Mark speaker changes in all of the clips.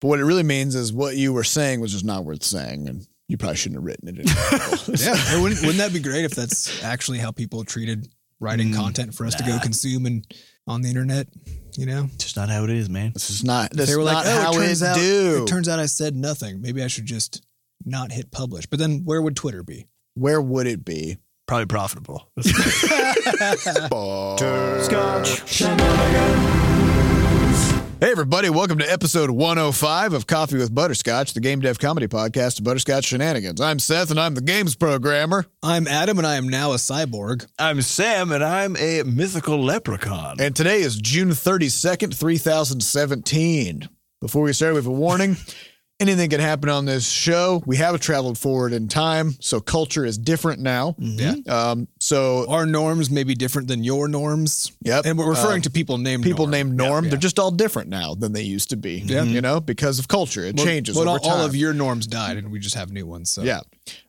Speaker 1: But what it really means is what you were saying was just not worth saying, and you probably shouldn't have written it. In
Speaker 2: yeah, it wouldn't, wouldn't that be great if that's actually how people treated writing
Speaker 1: Mm.
Speaker 2: content for us to go consume and on the internet? You know,
Speaker 3: Just not how it is, man.
Speaker 1: This is not. This
Speaker 2: they
Speaker 1: is
Speaker 2: were
Speaker 1: not
Speaker 2: like, "Oh,
Speaker 1: how
Speaker 2: it
Speaker 1: it,
Speaker 2: turns out
Speaker 1: do.
Speaker 2: it turns out I said nothing. Maybe I should just not hit publish." But then, where would Twitter be?
Speaker 1: Where would it be?
Speaker 3: Probably profitable.
Speaker 1: Hey, everybody, welcome to episode 105 of Coffee with Butterscotch, the game dev comedy podcast of Butterscotch Shenanigans. I'm Seth, and I'm the games programmer.
Speaker 2: I'm Adam, and I am now a cyborg.
Speaker 3: I'm Sam, and I'm a mythical leprechaun.
Speaker 1: And today is June 32nd, 3017. Before we start, we have a warning. Anything can happen on this show. We have traveled forward in time, so culture is different now.
Speaker 2: Yeah.
Speaker 1: Um, so
Speaker 2: Hmm? Our norms may be different than your norms.
Speaker 1: Yep. Uh,
Speaker 2: And we're referring to people named
Speaker 1: people
Speaker 2: Norm.
Speaker 1: named Norm,
Speaker 2: Yeah.
Speaker 1: they're just all different now than they used to be.
Speaker 2: Yeah.
Speaker 1: You know, because of culture, it
Speaker 2: Well,
Speaker 1: changes
Speaker 2: well,
Speaker 1: over
Speaker 2: all-
Speaker 1: time.
Speaker 2: all of your norms died, and we just have new ones. So
Speaker 1: Yeah.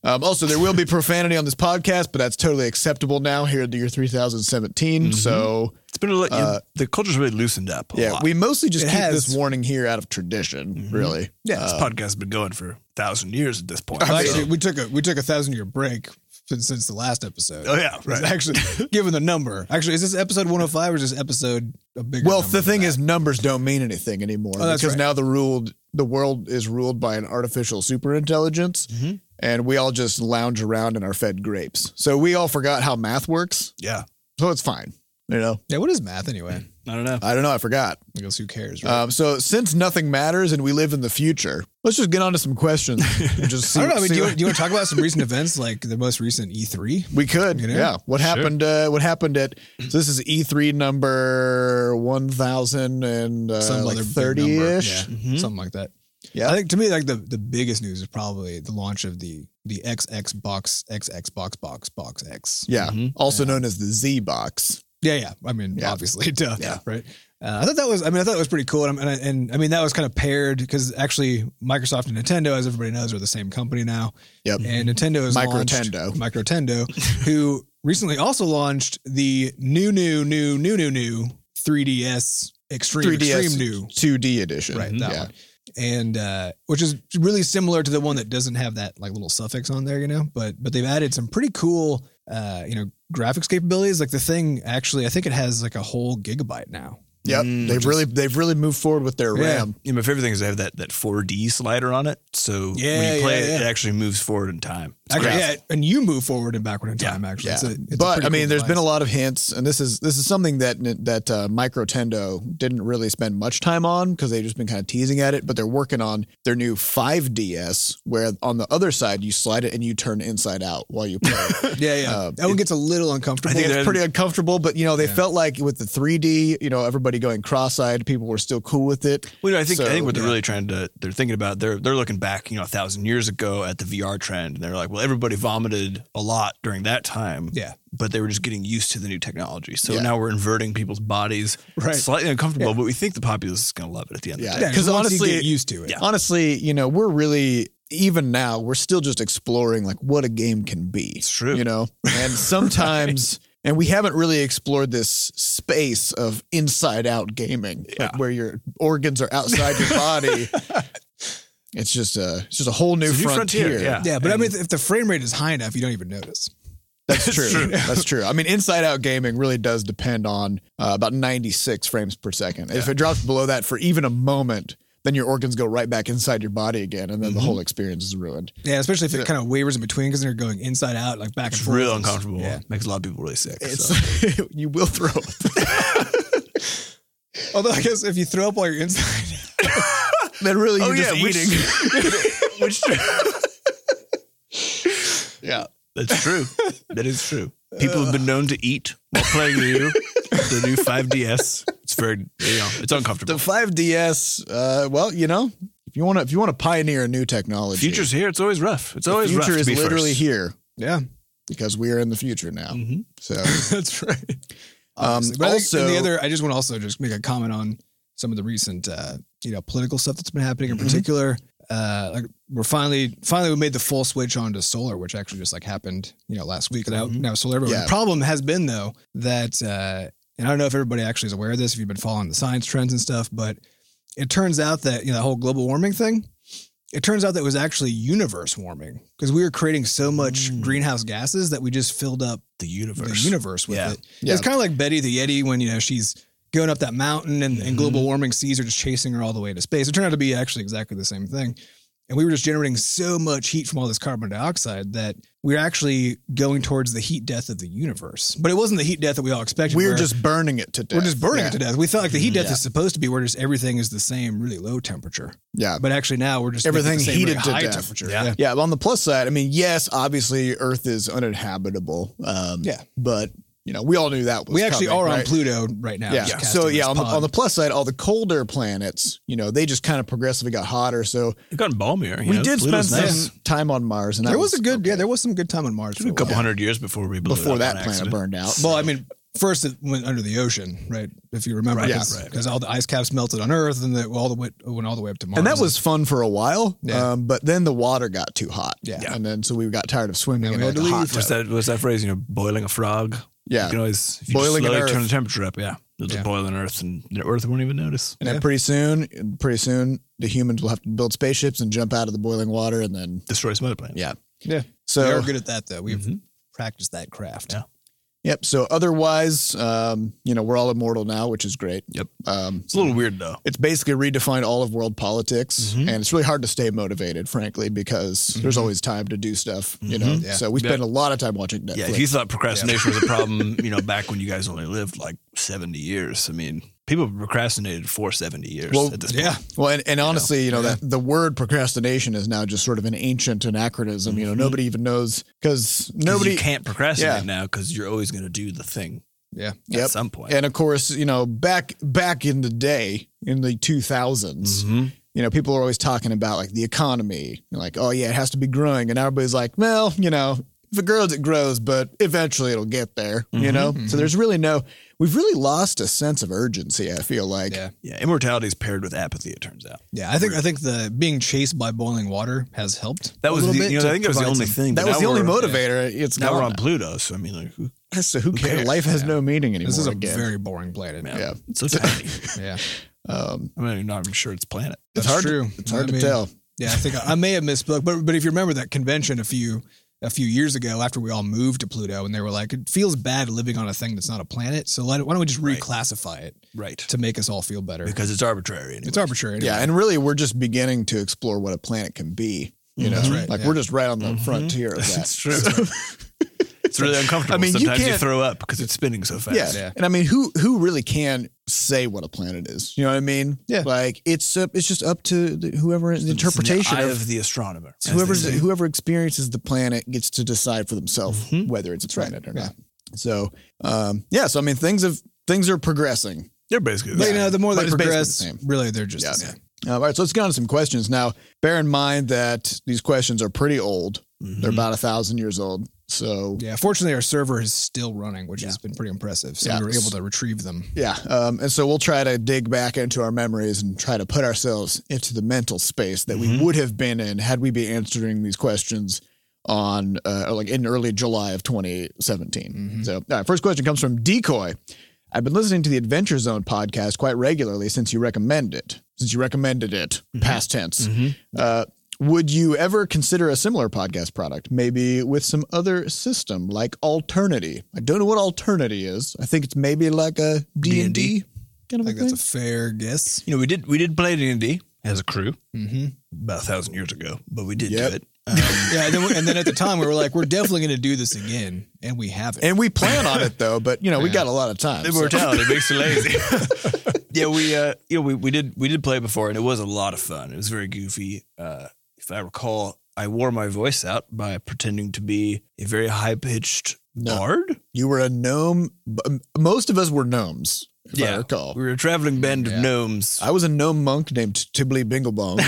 Speaker 1: Um, also, there will be profanity on this podcast, but that's totally acceptable now here in the year
Speaker 2: Mm-hmm.
Speaker 1: 3017. So,
Speaker 3: it's been a lot,
Speaker 2: Uh,
Speaker 3: the culture's really loosened up. a
Speaker 1: yeah,
Speaker 3: lot.
Speaker 1: we mostly just
Speaker 2: It
Speaker 1: keep
Speaker 2: has. Mm-hmm.
Speaker 1: this warning here out of tradition, really.
Speaker 3: yeah. This podcast has been going for a thousand years at this point.
Speaker 2: Well,
Speaker 3: so-
Speaker 2: uh, actually, we took a we took a thousand year break since, since the last episode.
Speaker 3: oh yeah, right.
Speaker 2: Actually, given the number, actually, is this episode 105 or is this episode a bigger?
Speaker 1: Well,
Speaker 2: number
Speaker 1: the
Speaker 2: than
Speaker 1: thing
Speaker 2: that?
Speaker 1: is, numbers don't mean anything anymore
Speaker 2: Oh, that's
Speaker 1: because
Speaker 2: right.
Speaker 1: now the ruled the world is ruled by an artificial superintelligence,
Speaker 2: Mm-hmm.
Speaker 1: and we all just lounge around and are fed grapes. So we all forgot how math works.
Speaker 3: yeah,
Speaker 1: So it's fine. You know,
Speaker 2: yeah. What is math anyway?
Speaker 3: I don't know.
Speaker 1: I don't know. I forgot.
Speaker 2: I guess who cares? Right?
Speaker 1: Um, so since nothing matters and we live in the future, let's just get on to some questions. and just see,
Speaker 2: I don't know. I mean,
Speaker 1: see
Speaker 2: do you,
Speaker 1: what-
Speaker 2: do you want to talk about some recent events like the most recent E E3?
Speaker 1: we could,
Speaker 2: you know?
Speaker 1: yeah. What
Speaker 3: Sure.
Speaker 1: happened? Uh, what happened at? So this is E three number one thousand and uh,
Speaker 2: Some
Speaker 1: like
Speaker 2: other big
Speaker 1: thirty
Speaker 2: number.
Speaker 1: ish.
Speaker 2: Yeah,
Speaker 3: Mhm.
Speaker 2: something like that.
Speaker 1: Yeah.
Speaker 2: I think to me, like the the biggest news is probably the launch of the the XX box XX box box box X.
Speaker 1: Yeah,
Speaker 3: Mhm.
Speaker 1: also known as the Z box.
Speaker 2: Yeah, yeah. I mean,
Speaker 1: Yeah.
Speaker 2: obviously, duh,
Speaker 1: Yeah.
Speaker 2: right. Uh, I thought that was. I mean, I thought it was pretty cool, and, and, I- and I mean that was kind of paired because actually Microsoft and Nintendo, as everybody knows, are the same company now.
Speaker 1: Yep.
Speaker 2: And Nintendo has
Speaker 1: Microtendo.
Speaker 2: launched- Microtendo, who recently also launched the new, new, new, new, new, new 3DS Extreme,
Speaker 1: 3DS
Speaker 2: Extreme New,
Speaker 1: 2D edition.
Speaker 2: right? That
Speaker 1: Mm-hmm. Yeah.
Speaker 2: one. And uh, which is really similar to the one that doesn't have that like little suffix on there, you know. But but they've added some pretty cool, uh, you know, graphics capabilities. Like the thing actually, I think it has like a whole gigabyte now.
Speaker 1: Yep.
Speaker 3: Mm,
Speaker 1: they've really they've really moved forward with their
Speaker 2: Yeah.
Speaker 1: RAM.
Speaker 3: Yeah, my favorite thing is they have that that 4D slider on it, so when
Speaker 2: Yeah,
Speaker 3: you play
Speaker 2: yeah,
Speaker 3: it, it
Speaker 2: yeah.
Speaker 3: actually moves forward in time. It's
Speaker 2: Actually,
Speaker 3: great.
Speaker 2: yeah, and you move forward and backward in
Speaker 3: Yeah,
Speaker 2: time. Actually,
Speaker 1: Yeah.
Speaker 2: It's a- it's a
Speaker 1: but
Speaker 2: pretty
Speaker 1: I mean,
Speaker 2: cool
Speaker 1: there's been
Speaker 2: device.
Speaker 1: a lot of hints, and this is this is something that that uh, Microtendo didn't really spend much time on because they've just been kind of teasing at it. But they're working on their new 5DS, where on the other side you slide it and you turn inside out while you play.
Speaker 2: yeah, yeah.
Speaker 1: uh,
Speaker 2: that one gets a little uncomfortable.
Speaker 1: I think
Speaker 3: they're-
Speaker 1: it's pretty uncomfortable, but you know they felt like with the 3D, you know, everybody going cross-eyed, people were still cool with it.
Speaker 3: Well, I think I
Speaker 1: So,
Speaker 3: think what they're
Speaker 1: yeah.
Speaker 3: really trying to they're thinking about they're they're looking back you know a thousand years ago at the VR trend and they're like well everybody vomited a lot during that time
Speaker 2: Yeah.
Speaker 3: but they were just getting used to the new technology so
Speaker 1: Yeah.
Speaker 3: now we're inverting people's bodies
Speaker 2: Right.
Speaker 3: slightly uncomfortable but we think the populace is going to love it at the end of
Speaker 1: Yeah.
Speaker 3: the day.
Speaker 2: Yeah, because
Speaker 1: Because
Speaker 2: honestly,
Speaker 1: honestly-
Speaker 2: you get used to it.
Speaker 3: Yeah.
Speaker 1: honestly, you know, we're really even now we're still just exploring like what a game can be. It's
Speaker 3: true.
Speaker 1: you know, and sometimes. And we haven't really explored this space of inside out gaming, like where your organs are outside your body. it's just a it's just a whole new,
Speaker 3: It's a new
Speaker 1: frontier.
Speaker 3: frontier, yeah.
Speaker 2: Yeah, but I mean, if the frame rate is high enough, you don't even notice.
Speaker 1: That's true. That's true. I mean, inside out gaming really does depend on uh, about 96 frames per second. If it drops below that for even a moment, then your organs go right back inside your body again, and then
Speaker 3: Mm-hmm.
Speaker 1: the whole experience is ruined.
Speaker 2: Yeah, especially if it kind of wavers in between because they're going inside out, like back and
Speaker 3: It's
Speaker 2: forth.
Speaker 3: real uncomfortable
Speaker 2: Yeah.
Speaker 3: makes a lot of people really sick so.
Speaker 1: It's you will throw up.
Speaker 2: Although I guess if you throw up while you're inside,
Speaker 1: Then really you're
Speaker 3: Oh,
Speaker 1: just
Speaker 3: yeah, which-
Speaker 1: eating.
Speaker 3: which
Speaker 1: yeah.
Speaker 3: that's true that is true people have been
Speaker 1: Uh.
Speaker 3: known to eat while playing the new the new 5ds it's very you know it's
Speaker 1: The
Speaker 3: uncomfortable
Speaker 1: 5DS, uh, well, you know, if you want to if you want to pioneer a new technology,
Speaker 3: future's here it's always rough it's
Speaker 1: the
Speaker 3: always
Speaker 1: future
Speaker 3: rough
Speaker 1: is
Speaker 3: to be
Speaker 1: literally
Speaker 3: first.
Speaker 1: here
Speaker 2: yeah,
Speaker 1: because we are in the future now.
Speaker 3: Mhm.
Speaker 1: So
Speaker 2: that's right.
Speaker 1: um,
Speaker 2: Obviously. But also,
Speaker 1: also
Speaker 2: the other, I just want to also just make a comment on some of the recent, uh, you know, political stuff that's been happening
Speaker 1: Mm-hmm.
Speaker 2: in particular. Uh, like we're finally, finally, we made the full switch onto solar, which actually just like happened, you know, last week. Now, now solar. everywhere.
Speaker 1: Mm-hmm. Yeah.
Speaker 2: The problem has been though that, uh, and I don't know if everybody actually is aware of this, if you've been following the science trends and stuff, but it turns out that you know the whole global warming thing. It turns out that it was actually universe warming because we were creating so much
Speaker 3: Mm.
Speaker 2: greenhouse gases that we just filled up
Speaker 3: The universe.
Speaker 2: the universe with
Speaker 3: Yeah.
Speaker 2: it.
Speaker 1: Yeah.
Speaker 2: It's kind of like Betty the Yeti when you know she's going up that mountain and, and
Speaker 1: Mm-hmm.
Speaker 2: global warming seas are just chasing her all the way to space. It turned out to be actually exactly the same thing. And we were just generating so much heat from all this carbon dioxide that we are actually going towards the heat death of the universe. But it wasn't the heat death that we all expected.
Speaker 1: We're
Speaker 2: where
Speaker 1: just burning it to death.
Speaker 2: we're just burning
Speaker 1: yeah. Mm-hmm.
Speaker 2: it to death. We thought like the heat death
Speaker 1: Yeah.
Speaker 2: is supposed to be where just everything is the same, really low temperature.
Speaker 1: Yeah.
Speaker 2: But actually now we're just making
Speaker 1: Everything
Speaker 2: the same
Speaker 1: heated
Speaker 2: really
Speaker 1: to
Speaker 2: high
Speaker 1: death.
Speaker 2: temperature.
Speaker 3: Yeah.
Speaker 1: Yeah, but on the plus side, I mean, yes, obviously Earth is uninhabitable. Um,
Speaker 2: Yeah.
Speaker 1: but you know, we all knew that was
Speaker 2: We actually
Speaker 1: coming,
Speaker 2: are on
Speaker 1: right?
Speaker 2: Pluto right now.
Speaker 1: Yeah.
Speaker 2: just casting
Speaker 1: So yeah,
Speaker 2: this
Speaker 1: on the,
Speaker 2: pod.
Speaker 1: on the plus side, all the colder planets, you know, they just kind of progressively got hotter. So
Speaker 3: It got balmier. you
Speaker 1: we
Speaker 3: know?
Speaker 1: did spend
Speaker 3: Pluto's
Speaker 1: some
Speaker 3: nice.
Speaker 1: time on Mars, and that
Speaker 2: there was, a good
Speaker 1: okay.
Speaker 2: yeah, there was some good time on Mars.
Speaker 3: Took
Speaker 2: for
Speaker 3: a couple
Speaker 2: while.
Speaker 3: hundred years before we blew it
Speaker 1: before
Speaker 3: up
Speaker 1: that
Speaker 3: on
Speaker 1: planet
Speaker 3: accident.
Speaker 1: burned out.
Speaker 2: Well, I mean, first it went under the ocean, right? If you remember,
Speaker 3: Right,
Speaker 2: because
Speaker 3: right, right.
Speaker 2: all the ice caps melted on Earth, and the, all the way, went all the way up to Mars.
Speaker 1: and that was fun for a while,
Speaker 2: Yeah.
Speaker 1: um, but then the water got too hot.
Speaker 2: Yeah.
Speaker 1: and then so we got tired of swimming in
Speaker 2: Then we
Speaker 1: like
Speaker 2: had
Speaker 1: a
Speaker 2: to
Speaker 1: hot
Speaker 2: leave.
Speaker 1: tub.
Speaker 3: What's that? What's that phrase? You know, boiling a frog.
Speaker 1: Yeah,
Speaker 3: You can always if you
Speaker 1: Uh, Boiling
Speaker 3: boiling
Speaker 1: an
Speaker 3: slowly
Speaker 1: earth.
Speaker 3: turn the temperature up. Yeah, you'll just
Speaker 2: Yeah.
Speaker 3: boil an earth, and the earth won't even notice.
Speaker 1: and then
Speaker 2: Yeah.
Speaker 1: pretty soon, pretty soon, the humans will have to build spaceships and jump out of the boiling water, and then
Speaker 3: Destroy some other planet.
Speaker 1: yeah,
Speaker 2: Yeah. we
Speaker 1: So Mm-hmm.
Speaker 2: are good at that, though. We've
Speaker 3: Mhm.
Speaker 2: practiced that craft.
Speaker 3: Yeah.
Speaker 1: Yep. So otherwise, um, you know, we're all immortal now, which is great.
Speaker 3: Yep.
Speaker 1: Um,
Speaker 3: It's a little weird though.
Speaker 1: it's basically redefined all of world politics,
Speaker 3: Mhm.
Speaker 1: and it's really hard to stay motivated, frankly, because
Speaker 3: Mm-hmm.
Speaker 1: there's always time to do stuff. You know,
Speaker 3: Mhm.
Speaker 2: Yeah.
Speaker 1: so we spend a lot of time watching Netflix.
Speaker 3: Yeah, if you thought procrastination was a problem, you know, back when you guys only lived like seventy years, I mean, people procrastinated for seventy years
Speaker 1: Well,
Speaker 3: at this point.
Speaker 2: Yeah,
Speaker 1: well, and, and honestly, you know, that the word procrastination is now just sort of an ancient anachronism. You know, nobody even knows because
Speaker 3: 'Cause
Speaker 1: nobody
Speaker 3: you can't procrastinate
Speaker 1: yeah.
Speaker 3: now because you're always going to do the thing
Speaker 2: yeah.
Speaker 1: Yep.
Speaker 3: at some point.
Speaker 1: And of course, you know, back back in the day, in the 2000s,
Speaker 3: Mhm.
Speaker 1: you know, people are always talking about like the economy, and, like, oh yeah, it has to be growing, and everybody's like, well, you know, if it grows, it grows, but eventually it'll get there, you know. So there's really no, we've really lost a sense of urgency. I feel like,
Speaker 2: Yeah.
Speaker 3: Yeah, immortality is paired with apathy. It turns out
Speaker 2: Yeah, I think I think the being chased by boiling water has helped.
Speaker 3: that
Speaker 2: a
Speaker 3: was
Speaker 2: little
Speaker 3: the,
Speaker 2: bit
Speaker 3: you know
Speaker 2: to
Speaker 3: I think it was the
Speaker 2: provide
Speaker 3: only
Speaker 2: some-
Speaker 3: thing.
Speaker 1: that
Speaker 3: but
Speaker 1: was
Speaker 3: now
Speaker 1: the only
Speaker 3: we're-
Speaker 1: motivator. It's
Speaker 3: Now
Speaker 1: gone
Speaker 3: we're on Pluto, so I mean, like, who,
Speaker 1: So who cares?
Speaker 3: cares?
Speaker 1: Life has no meaning anymore.
Speaker 2: This is a
Speaker 1: again.
Speaker 2: very boring planet.
Speaker 3: man,
Speaker 1: Yeah.
Speaker 3: it's so tiny.
Speaker 2: yeah.
Speaker 1: um,
Speaker 3: I mean, I'm not even sure it's a planet.
Speaker 1: it's
Speaker 2: That's
Speaker 1: hard.
Speaker 2: true.
Speaker 1: It's hard
Speaker 2: I
Speaker 1: to
Speaker 2: mean,
Speaker 1: tell.
Speaker 2: Yeah, I think I, I may have misspoke, but but if you remember that convention a few a few years ago after we all moved to Pluto, and they were like, it feels bad living on a thing that's not a planet, so why don't why don't we just
Speaker 3: Right.
Speaker 2: reclassify it
Speaker 3: Right.
Speaker 2: to make us all feel better?
Speaker 3: Because it's arbitrary. Anyway.
Speaker 2: it's arbitrary.
Speaker 1: Yeah, and really, we're just beginning to explore what a planet can be. You know,
Speaker 2: That's right,
Speaker 1: like
Speaker 2: yeah.
Speaker 1: we're just right on the
Speaker 3: Mhm.
Speaker 1: frontier of that.
Speaker 3: It's true. it's really uncomfortable.
Speaker 1: I mean, you
Speaker 3: Sometimes you,
Speaker 1: can't-
Speaker 3: throw up because it's spinning so fast.
Speaker 1: Yeah.
Speaker 2: Yeah.
Speaker 1: And I mean, who who really can say what a planet is? You know what I mean?
Speaker 2: Yeah.
Speaker 1: Like it's up, it's just up to the, whoever the
Speaker 3: It's in the
Speaker 1: interpretation
Speaker 3: eye
Speaker 1: of,
Speaker 3: of the astronomer. as
Speaker 1: whoever's
Speaker 3: they say.
Speaker 1: whoever experiences the planet gets to decide for themselves
Speaker 3: Mhm.
Speaker 1: whether it's a planet or
Speaker 2: Mm-hmm. Yeah.
Speaker 1: not. So, um, yeah. So I mean, things have things are progressing.
Speaker 3: they're basically.
Speaker 2: But
Speaker 3: the
Speaker 2: you know, the more
Speaker 1: But
Speaker 2: they
Speaker 1: it's basically
Speaker 2: progress,
Speaker 1: the same.
Speaker 2: really, they're just the
Speaker 1: Yeah.
Speaker 2: same.
Speaker 1: Uh, all right. So let's get on to some questions now. Bear in mind that these questions are pretty old.
Speaker 3: same. Mm-hmm.
Speaker 1: They're about a thousand years old. So
Speaker 2: Yeah. Fortunately, our server is still running, which
Speaker 3: Yeah.
Speaker 2: has been pretty impressive. So
Speaker 1: Yeah.
Speaker 2: we were able to retrieve them.
Speaker 1: Yeah. Um, and so we'll try to dig back into our memories and try to put ourselves into the mental space that
Speaker 3: Mhm.
Speaker 1: we would have been in had we been answering these questions on uh, like in early July of 2017.
Speaker 2: Mhm.
Speaker 1: So, all right, first question comes from Decoy. I've been listening to the Adventure Zone podcast quite regularly since you recommended it. Since you recommended it, past tense.
Speaker 3: Mhm.
Speaker 1: Uh, would you ever consider a similar podcast product, maybe with some other system like Alternity? I don't know what Alternity is. I think it's maybe like a D and D
Speaker 3: D&D?
Speaker 1: kind of
Speaker 2: I
Speaker 1: a
Speaker 2: think
Speaker 1: thing.
Speaker 2: that's a fair guess.
Speaker 3: You know, we did we did play D and D as a crew
Speaker 2: Mm-hmm.
Speaker 3: about a thousand years ago, but we did
Speaker 1: Yep.
Speaker 3: do it. Um,
Speaker 2: Yeah. And then, we- and then at the time, we were like, we're definitely going to do this again, and we haven't.
Speaker 1: and we plan on it though, but you know we
Speaker 2: Yeah.
Speaker 1: got a lot of time. so-
Speaker 3: Immortality makes you lazy. yeah, we uh, you know, we, we did we did play it before, and it was a lot of fun. It was very goofy. Uh, if I recall, I wore my voice out by pretending to be a very high pitched
Speaker 1: No.
Speaker 3: bard.
Speaker 1: You were a gnome. b- Most of us were gnomes, if I
Speaker 3: Yeah.
Speaker 1: recall.
Speaker 3: We were a traveling band
Speaker 2: Yeah.
Speaker 3: of gnomes.
Speaker 1: I was a gnome monk named Tibbly Binglebong.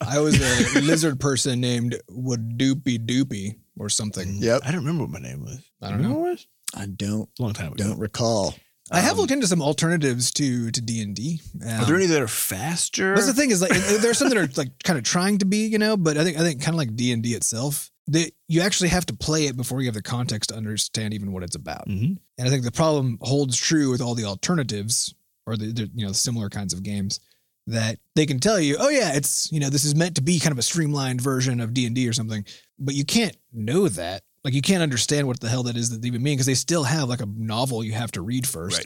Speaker 2: I was a lizard person named Wadoopy Doopy or something.
Speaker 1: yep.
Speaker 3: I don't remember what my name was.
Speaker 2: I don't know.
Speaker 3: What it was?
Speaker 1: I don't
Speaker 3: Long time ago.
Speaker 1: don't recall.
Speaker 2: I have looked into some alternatives to to D and D.
Speaker 3: Um,
Speaker 2: Um,
Speaker 3: Are there any that are faster?
Speaker 2: That's the thing is like there's some that are like kind of trying to be, you know, but I think I think kind of like D and D itself that you actually have to play it before you have the context to understand even what it's about.
Speaker 3: Mhm.
Speaker 2: And I think the problem holds true with all the alternatives or the, the you know similar kinds of games that they can tell you, oh yeah, it's you know this is meant to be kind of a streamlined version of D and D or something, but you can't know that. Like you can't understand what the hell that is that they even mean because they still have like a novel you have to read first.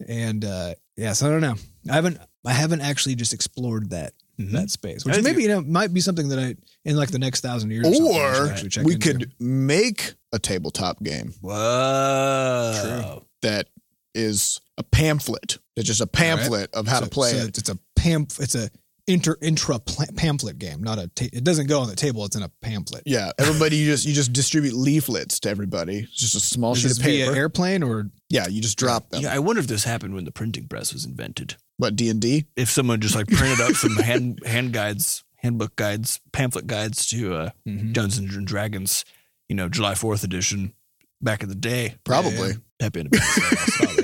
Speaker 3: Right.
Speaker 2: And uh, yeah, so I don't know. I haven't I haven't actually just explored that
Speaker 3: Mhm.
Speaker 2: that space,
Speaker 3: I
Speaker 2: which
Speaker 3: think-
Speaker 2: maybe you know might be something that I in like the next thousand years. something, I should
Speaker 1: Or
Speaker 2: actually check
Speaker 1: we
Speaker 2: into.
Speaker 1: could make a tabletop game
Speaker 3: Whoa.
Speaker 1: that is a pamphlet. It's just a pamphlet of how
Speaker 2: So-
Speaker 1: to play
Speaker 2: so
Speaker 1: it.
Speaker 2: It's a pamphlet. It's a inter intra pla- pamphlet game, not a. Ta- it doesn't go on the table. It's in a pamphlet.
Speaker 1: Yeah, everybody you just you just distribute leaflets to everybody. It's just a small
Speaker 2: Is
Speaker 1: sheet
Speaker 2: this
Speaker 1: of
Speaker 2: via
Speaker 1: paper.
Speaker 2: airplane or
Speaker 1: yeah, you just drop them.
Speaker 3: Yeah, I wonder if this happened when the printing press was invented.
Speaker 1: What D and D?
Speaker 3: If someone just like printed up some hand hand guides, handbook guides, pamphlet guides to uh,
Speaker 1: Mm-hmm.
Speaker 3: Dungeons and Dragons, you know, July Fourth edition back in the day.
Speaker 1: Probably.
Speaker 2: Yeah.
Speaker 3: That'd been a bit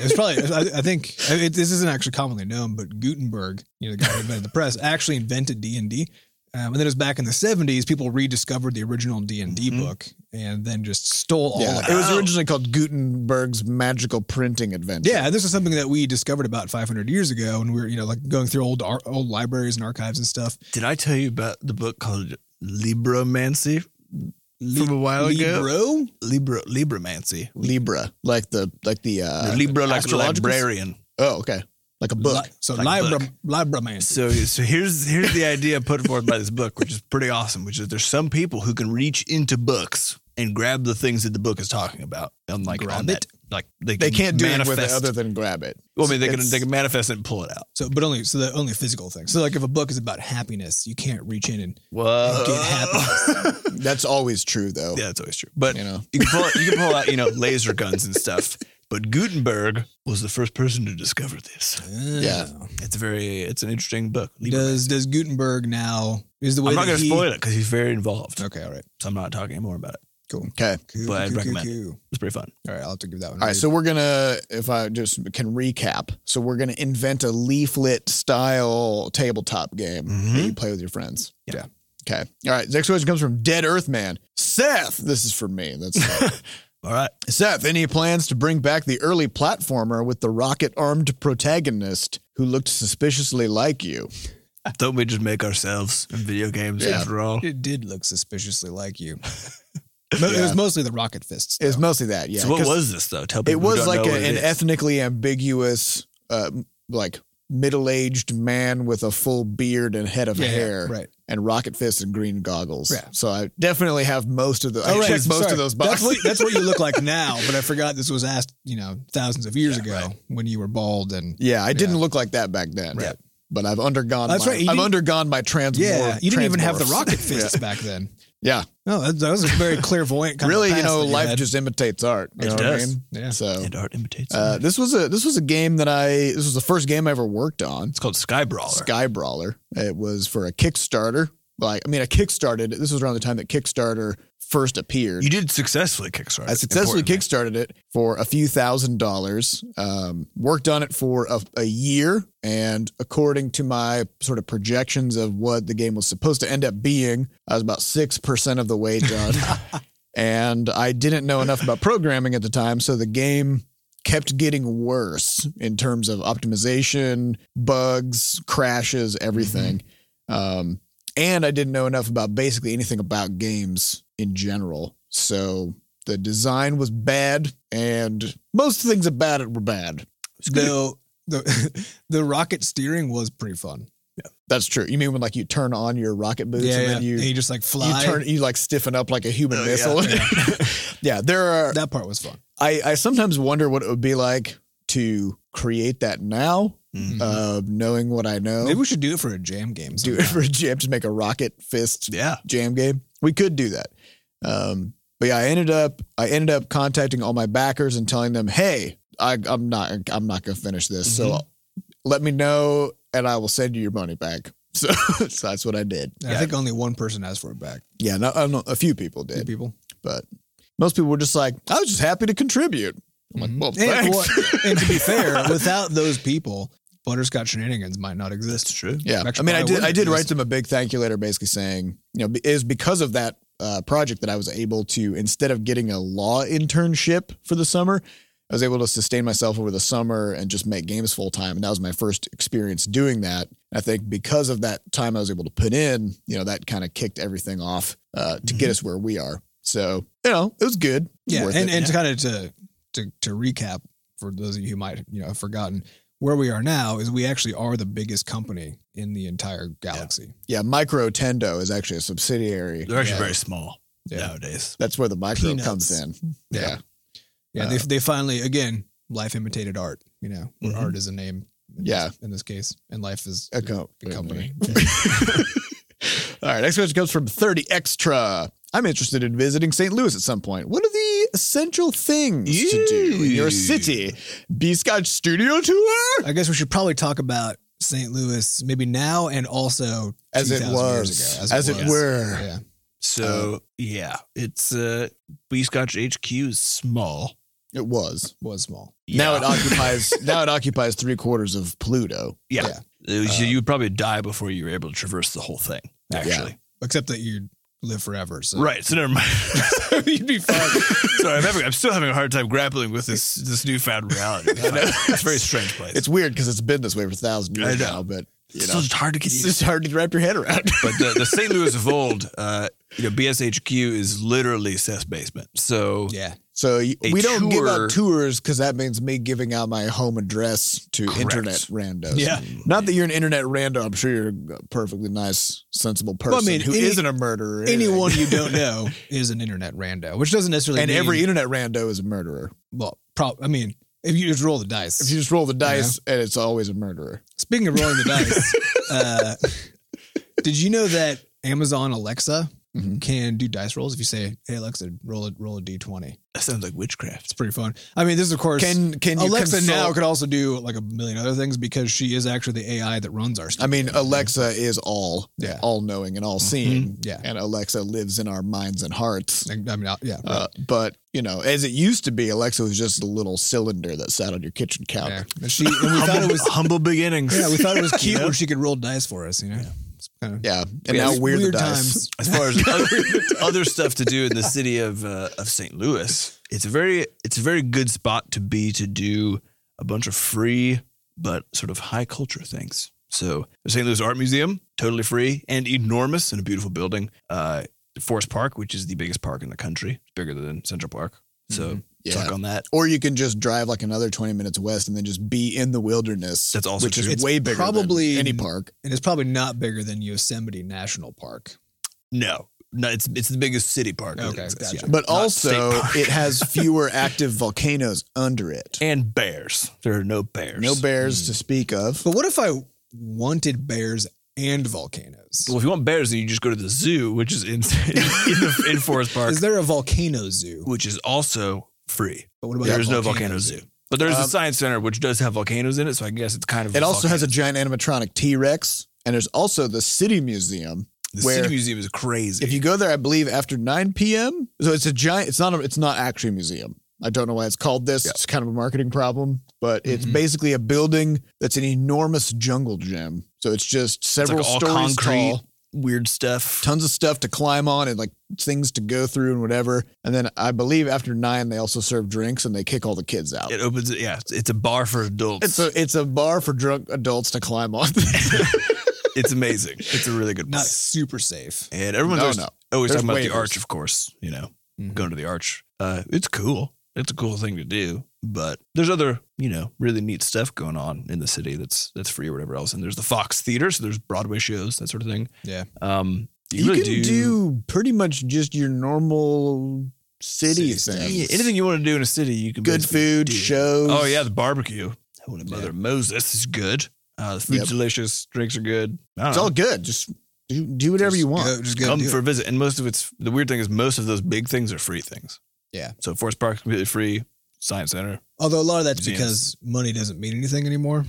Speaker 2: it's probably. I, I think I mean, it, this isn't actually commonly known, but Gutenberg, you know, the guy who invented the press, actually invented D and D. Um, And then it was back in the '70s. People rediscovered the original D and D
Speaker 3: Mhm.
Speaker 2: book, and then just stole all
Speaker 1: Mm-hmm. Yeah,
Speaker 2: of it.
Speaker 1: it was
Speaker 3: Oh.
Speaker 1: originally called Gutenberg's Magical Printing Adventure.
Speaker 2: Yeah, this is something that we discovered about 500 years ago, when we were, you know, like going through old ar- old libraries and archives and stuff.
Speaker 3: Did I tell you about the book called Libromancy from a while ago?
Speaker 2: Libro,
Speaker 3: Libro Libromancy.
Speaker 1: Libra, like the like the uh,
Speaker 3: The Libro like a
Speaker 1: astrologicals?
Speaker 3: librarian.
Speaker 1: oh okay, like a book.
Speaker 2: Li- so
Speaker 3: Like
Speaker 2: libra,
Speaker 3: book.
Speaker 2: libra man.
Speaker 3: So so here's here's the idea put forth by this book, which is pretty awesome, which is there's some people who can reach into books and grab the things that the book is talking about. And like
Speaker 2: Grab
Speaker 3: on that, like they,
Speaker 1: they
Speaker 3: can
Speaker 1: can't do
Speaker 3: manifest,
Speaker 1: it with it other than grab it.
Speaker 3: well, I mean they can
Speaker 1: It's-
Speaker 3: they can manifest it and pull it out.
Speaker 2: So, but only so the only physical thing. So, like if a book is about happiness, you can't reach in and
Speaker 3: Whoa.
Speaker 2: Get happiness.
Speaker 1: That's always true though.
Speaker 3: yeah, that's always true. But
Speaker 1: You know,
Speaker 3: you can pull out, you can pull out, you know, laser guns and stuff. But Gutenberg was the first person to discover this.
Speaker 1: Yeah.
Speaker 3: It's a very it's an interesting book.
Speaker 2: uh, Does does Gutenberg now is the way
Speaker 3: I'm not
Speaker 2: that
Speaker 3: going to
Speaker 2: he-
Speaker 3: spoil it because he's very involved.
Speaker 2: Okay, all right,
Speaker 3: So I'm not talking anymore about it.
Speaker 1: okay.
Speaker 2: Coo,
Speaker 3: But I'd
Speaker 2: coo, coo,
Speaker 3: recommend it.
Speaker 2: coo.
Speaker 3: It's pretty fun.
Speaker 2: All right, I'll have to give that one. a
Speaker 1: All right,
Speaker 2: read.
Speaker 1: so we're gonna, if I just can recap, so we're gonna invent a leaflet style tabletop game that
Speaker 3: Mhm.
Speaker 1: you play with your friends.
Speaker 3: Yeah.
Speaker 1: Okay. All right. Next question comes from Dead Earth Man. Seth, this is for me. That's
Speaker 3: All right.
Speaker 1: Seth. Any plans to bring back the early platformer with the rocket armed protagonist who looked suspiciously like you?
Speaker 3: Don't we just make ourselves in video games
Speaker 1: Yeah.
Speaker 3: after all?
Speaker 2: it did look suspiciously like you. Mo- It was
Speaker 1: Yeah.
Speaker 2: mostly the rocket fists.
Speaker 1: It's mostly that. Yeah.
Speaker 3: so what
Speaker 1: 'cause
Speaker 3: was this though? Tell people
Speaker 1: it?
Speaker 3: who
Speaker 1: Was
Speaker 3: don't
Speaker 1: like
Speaker 3: know
Speaker 1: a,
Speaker 3: what it
Speaker 1: an
Speaker 3: is.
Speaker 1: ethnically ambiguous, uh, like middle aged man with a full beard and head of
Speaker 2: Yeah, yeah,
Speaker 1: hair.
Speaker 2: right.
Speaker 1: and rocket fists and green goggles.
Speaker 2: Yeah.
Speaker 1: So I definitely have most of the. I
Speaker 2: Oh, right.
Speaker 1: checked most
Speaker 2: Sorry.
Speaker 1: of those
Speaker 2: That's
Speaker 1: boxes.
Speaker 2: what, that's what you look like now, but I forgot this was asked, you know, thousands of years ago when you were bald and
Speaker 1: yeah, I didn't look like that back then.
Speaker 2: Right.
Speaker 1: But I've undergone.
Speaker 2: That's
Speaker 1: my,
Speaker 2: right, you
Speaker 1: I've
Speaker 2: didn't-
Speaker 1: undergone my transmor.
Speaker 2: Yeah, you didn't even have the
Speaker 1: transmorphs.
Speaker 2: rocket fists back then.
Speaker 1: Yeah.
Speaker 2: No, that, that was a very clairvoyant kind
Speaker 1: Really,
Speaker 2: of
Speaker 1: you
Speaker 2: past
Speaker 1: know,
Speaker 2: that
Speaker 1: life
Speaker 2: had.
Speaker 1: just imitates art. You
Speaker 3: It
Speaker 1: know
Speaker 3: does.
Speaker 1: What I mean?
Speaker 2: Yeah.
Speaker 1: So
Speaker 3: and art imitates.
Speaker 1: uh,
Speaker 3: art.
Speaker 1: this was a this was a game that I this was the first game I ever worked on.
Speaker 3: it's called Sky Brawler.
Speaker 1: Sky Brawler. It was for a Kickstarter. Like I mean, I kickstarted. it. This was around the time that Kickstarter first appeared.
Speaker 3: you did successfully Kickstarter.
Speaker 1: I successfully
Speaker 3: importantly.
Speaker 1: kickstarted it for a few thousand dollars. Um, worked on it for a, a year, and according to my sort of projections of what the game was supposed to end up being, I was about six percent of the way done. and I didn't know enough about programming at the time, so the game kept getting worse in terms of optimization, bugs, crashes, everything. Um, and I didn't know enough about basically anything about games in general. So the design was bad, and most things about it were bad.
Speaker 2: Though the the rocket steering was pretty fun.
Speaker 1: That's true. You mean when like you turn on your rocket boots and then
Speaker 2: you,
Speaker 1: you
Speaker 2: and you just like
Speaker 1: you
Speaker 2: fly.
Speaker 1: turn you like stiffen up like a human
Speaker 3: Oh, yeah,
Speaker 1: missile? Yeah, there are.
Speaker 2: that part was fun.
Speaker 1: I I sometimes wonder what it would be like to create that now,
Speaker 3: Mhm.
Speaker 1: uh, knowing what I know.
Speaker 2: Mm-hmm. Maybe we should do it for a jam game.
Speaker 1: do it
Speaker 2: sometime.
Speaker 1: for a jam, just make a rocket fist
Speaker 3: Yeah.
Speaker 1: jam game. We could do that. Um, but yeah, I ended up I ended up contacting all my backers and telling them, "Hey, I, I'm not I'm not gonna finish this. So
Speaker 2: Mm-hmm.
Speaker 1: let me know, and I will send you your money back." So, so that's what I did.
Speaker 2: And I think only one person asked for it back.
Speaker 1: Yeah, no, I don't know, a few people
Speaker 2: Two
Speaker 1: did,
Speaker 2: people.
Speaker 1: but most people were just like, "I was just happy to contribute." I'm like,
Speaker 2: Mhm.
Speaker 1: "Well,
Speaker 2: and,
Speaker 1: thanks."
Speaker 2: well, and to be fair, without those people, butterscotch shenanigans might not
Speaker 3: That's
Speaker 2: exist.
Speaker 3: true.
Speaker 1: Yeah,
Speaker 2: Actually,
Speaker 1: I mean, I
Speaker 2: probably
Speaker 1: did. I
Speaker 2: wouldn't
Speaker 1: did
Speaker 2: do
Speaker 1: write
Speaker 2: this.
Speaker 1: them a big thank you letter, basically saying, you know, be- it was because of that uh, project that I was able to, instead of getting a law internship for the summer, I was able to sustain myself over the summer and just make games full time. And that was my first experience doing that. I think because of that time I was able to put in, you know, that kind of kicked everything off uh, to get us where we are. So, you know, it was good. It was
Speaker 2: Mm-hmm. Yeah,
Speaker 1: worth
Speaker 2: and,
Speaker 1: it.
Speaker 2: and to kind of to, to to recap for those of you who might you know have forgotten where we are now is we actually are the biggest company in the entire galaxy.
Speaker 1: yeah, Micro Tendo is actually a subsidiary.
Speaker 3: They're actually
Speaker 2: Yeah.
Speaker 3: very small
Speaker 2: Yeah, yeah.
Speaker 3: nowadays.
Speaker 1: That's where the micro
Speaker 4: Peanuts.
Speaker 1: comes in.
Speaker 2: Yeah.
Speaker 1: Yeah. Uh,
Speaker 2: they they finally again life imitated art. You know, where
Speaker 3: Mhm.
Speaker 2: art is a name. In
Speaker 1: Mm-hmm. Yeah.
Speaker 2: this, in this case, and life is
Speaker 1: A co-
Speaker 2: a company.
Speaker 1: All right, next question comes from 30 Extra. I'm interested in visiting St. Louis at some point. What are the essential things to do in your
Speaker 3: Ew.
Speaker 1: city? B Scotch Studio Tour?
Speaker 2: I guess we should probably talk about St. Louis maybe now and also
Speaker 1: As it
Speaker 2: 2,000 years
Speaker 1: was,
Speaker 2: ago,
Speaker 1: as, it,
Speaker 2: was.
Speaker 1: were.
Speaker 2: Yeah.
Speaker 3: So
Speaker 1: Uh,
Speaker 3: yeah, it's uh, B Scotch HQ is small.
Speaker 1: It was.
Speaker 2: was small.
Speaker 1: Now
Speaker 3: Yeah.
Speaker 1: it occupies now it occupies three quarters of Pluto.
Speaker 3: Yeah.
Speaker 2: Yeah.
Speaker 3: Uh, so you would probably die before you were able to traverse the whole thing. Actually,
Speaker 2: Except that you live forever. So
Speaker 3: right. So never mind. You'd be fine. Sorry, I'm, having, I'm still having a hard time grappling with this this newfound reality. It's a very strange place.
Speaker 1: It's weird because it's been this way for a thousand
Speaker 3: I
Speaker 1: years
Speaker 3: know.
Speaker 1: now, but you
Speaker 3: It's
Speaker 1: know,
Speaker 3: still just hard to get
Speaker 1: it's
Speaker 3: used.
Speaker 1: just hard to wrap your head around.
Speaker 3: But the, the St. Louis of old, uh, you know, BSHQ is literally Seth's basement. So
Speaker 2: Yeah.
Speaker 1: So y
Speaker 3: A
Speaker 1: we don't give
Speaker 3: tour-
Speaker 1: out tours because that means me giving out my home address to
Speaker 3: Correct.
Speaker 1: internet randos.
Speaker 2: Yeah.
Speaker 3: mm,
Speaker 1: Not that you're an internet rando. I'm sure you're a perfectly nice, sensible person
Speaker 2: I mean,
Speaker 1: who
Speaker 2: any-
Speaker 1: not a murderer. or anything.
Speaker 2: Anyone you don't know is an internet rando, which doesn't necessarily
Speaker 1: and
Speaker 2: mean,
Speaker 1: every internet rando is a murderer.
Speaker 2: well, prob I mean, if you just roll the dice.
Speaker 1: If you just roll the dice, and it's always a murderer.
Speaker 2: Speaking of rolling the dice, uh, did you know that Amazon Alexa
Speaker 1: Mhm.
Speaker 2: can do dice rolls? If you say, "Hey Alexa, roll a roll a d20,"
Speaker 3: that sounds like witchcraft.
Speaker 2: it's pretty fun. I mean, this is of course
Speaker 1: Can can you
Speaker 2: Alexa
Speaker 1: consult-
Speaker 2: now could also do like a million other things because she is actually the AI that runs our
Speaker 1: I
Speaker 2: stuff.
Speaker 1: mean, Alexa is all,
Speaker 2: Yeah. Mm-hmm.
Speaker 1: all knowing and all seeing,
Speaker 2: Yeah.
Speaker 1: and Alexa lives in our minds and hearts.
Speaker 2: I I mean, I- yeah.
Speaker 1: Uh, but you know, as it used to be, Alexa was just a little cylinder that sat on your kitchen counter.
Speaker 2: yeah. And she, and we thought it was,
Speaker 3: humble beginnings.
Speaker 2: yeah, we thought it was cute
Speaker 3: Yeah.
Speaker 2: when she could roll dice for us, you know? It's kind of
Speaker 1: Yeah, and now we're the dice.
Speaker 3: as far as other, other stuff to do in the city of uh, of St. Louis, it's a very it's a very good spot to be to do a bunch of free but sort of high culture things. So the St. Louis Art Museum, totally free and enormous in a beautiful building. Uh, Forest Park, which is the biggest park in the country, it's bigger than Central Park. So
Speaker 1: Yeah.
Speaker 3: suck on that.
Speaker 1: Or you can just drive like another 20 minutes west and then just be in the wilderness.
Speaker 3: That's also
Speaker 1: which
Speaker 3: true.
Speaker 1: is
Speaker 2: It's
Speaker 1: way bigger
Speaker 2: probably-
Speaker 1: than any park.
Speaker 2: And it's probably not bigger than Yosemite National Park.
Speaker 3: No, no, it's it's the biggest city park. that
Speaker 2: Okay,
Speaker 3: exists,
Speaker 2: gotcha.
Speaker 1: But
Speaker 3: Not
Speaker 1: also
Speaker 3: state park.
Speaker 1: it has fewer active volcanoes under it.
Speaker 3: and bears. There are no bears. Hmm.
Speaker 1: No bears to speak of.
Speaker 2: But what if I wanted bears and volcanoes?
Speaker 3: Well, if you want bears, then you just go to the zoo, which is in in, the, in Forest Park,
Speaker 2: Is there a volcano zoo?
Speaker 3: which is also free.
Speaker 2: But what
Speaker 3: There's
Speaker 2: a
Speaker 3: no volcano zoo, but there's a science center which does have volcanoes in it. So I guess it's kind of.
Speaker 1: Um, It also has a giant animatronic T-Rex and there's also the city museum.
Speaker 3: the
Speaker 1: where-
Speaker 3: city museum is crazy.
Speaker 1: If you go there I believe after 9 p.m. So it's a giant it's not a, it's not actually a museum. I don't know why it's called this. It's kind of a marketing problem, but it's
Speaker 3: Mm-hmm.
Speaker 1: basically a building that's an enormous jungle gym. So it's just
Speaker 3: it's
Speaker 1: several
Speaker 3: like all
Speaker 1: stories
Speaker 3: concrete,
Speaker 1: tall.
Speaker 3: weird stuff.
Speaker 1: tons of stuff to climb on and like things to go through and whatever. And then I believe after nine, they also serve drinks and they kick all the kids out.
Speaker 3: It opens. Yeah, it's- it's a bar for adults.
Speaker 1: it's a it's a bar for drunk adults to climb on.
Speaker 3: it's amazing. It's a really good
Speaker 2: Not
Speaker 3: place.
Speaker 2: super safe.
Speaker 3: And everyone's
Speaker 1: No,
Speaker 3: always,
Speaker 1: no.
Speaker 3: always
Speaker 1: There's
Speaker 3: Oh, talking about the
Speaker 1: waivers.
Speaker 3: arch, of course. You know,
Speaker 2: Mhm.
Speaker 3: going to the arch. Uh, it's cool. It's a cool thing to do. But there's other, you know, really neat stuff going on in the city that's that's free or whatever else. And there's the Fox Theater, so there's Broadway shows, that sort of thing.
Speaker 2: Yeah.
Speaker 3: Um,
Speaker 1: you
Speaker 3: you, really
Speaker 1: can do,
Speaker 3: do,
Speaker 1: pretty much just your normal city,
Speaker 2: City
Speaker 1: thing.
Speaker 3: yeah, anything you want to do in a city. You can
Speaker 1: Good
Speaker 3: basically
Speaker 1: food,
Speaker 3: do.
Speaker 1: shows.
Speaker 3: Oh yeah, the barbecue. Holy
Speaker 2: Yeah.
Speaker 3: Mother Moses is good. Uh, the food's
Speaker 1: Yep.
Speaker 3: delicious. Drinks are good. I don't
Speaker 1: it's
Speaker 3: know.
Speaker 1: all good. Just do do whatever you want.
Speaker 2: Go- just go
Speaker 3: come
Speaker 2: do
Speaker 3: for
Speaker 2: it.
Speaker 3: a visit. And most of it's the weird thing is most of those big things are free things.
Speaker 2: Yeah.
Speaker 3: So Forest Park's completely free. Science Center.
Speaker 2: Although a lot of that's
Speaker 3: Museums.
Speaker 2: because money doesn't mean anything anymore.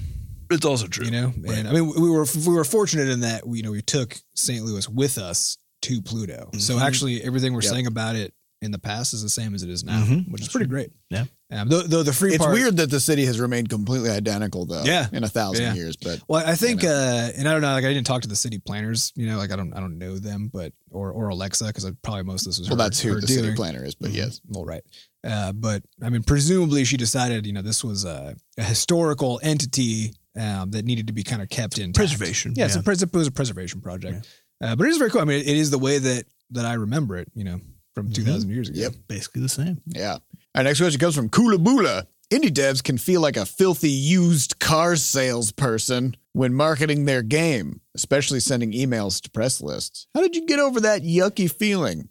Speaker 3: It's also true.
Speaker 2: You know, and I mean, we were we were fortunate in that we you know we took St. Louis with us to Pluto. So
Speaker 3: Mhm.
Speaker 2: actually, everything we're
Speaker 1: Yep.
Speaker 2: saying about it in the past is the same as it is now,
Speaker 3: Mhm.
Speaker 2: which is pretty great.
Speaker 3: Yeah.
Speaker 2: Um, though, though the free
Speaker 1: It's
Speaker 2: part,
Speaker 1: weird that the city has remained completely identical though.
Speaker 2: Yeah.
Speaker 1: In a thousand
Speaker 2: Yeah.
Speaker 1: years, but
Speaker 2: Well, I think,
Speaker 1: know.
Speaker 2: uh, and I don't know, like I didn't talk to the city planners, you know, like I don't, I don't know them, but or or Alexa, because probably most of this was
Speaker 1: well,
Speaker 2: her-
Speaker 1: that's who
Speaker 2: her
Speaker 1: the
Speaker 2: doing.
Speaker 1: city planner is. But
Speaker 3: Mm-hmm.
Speaker 2: Mhm.
Speaker 1: yes,
Speaker 2: well, right. Uh, but I mean, presumably she decided, you know, this was a, a historical entity um, that needed to be kind of kept in
Speaker 3: Preservation.
Speaker 2: Yeah, It's a pres- it was a preservation project, uh, but it is very cool. I mean, it is the way that that I remember it, you know, from
Speaker 3: Mhm.
Speaker 2: two thousand years ago.
Speaker 1: Yep.
Speaker 3: basically the same.
Speaker 1: yeah. Our next question comes from Kula Bula. Indie devs can feel like a filthy used car salesperson when marketing their game, especially sending emails to press lists. How did you get over that yucky feeling?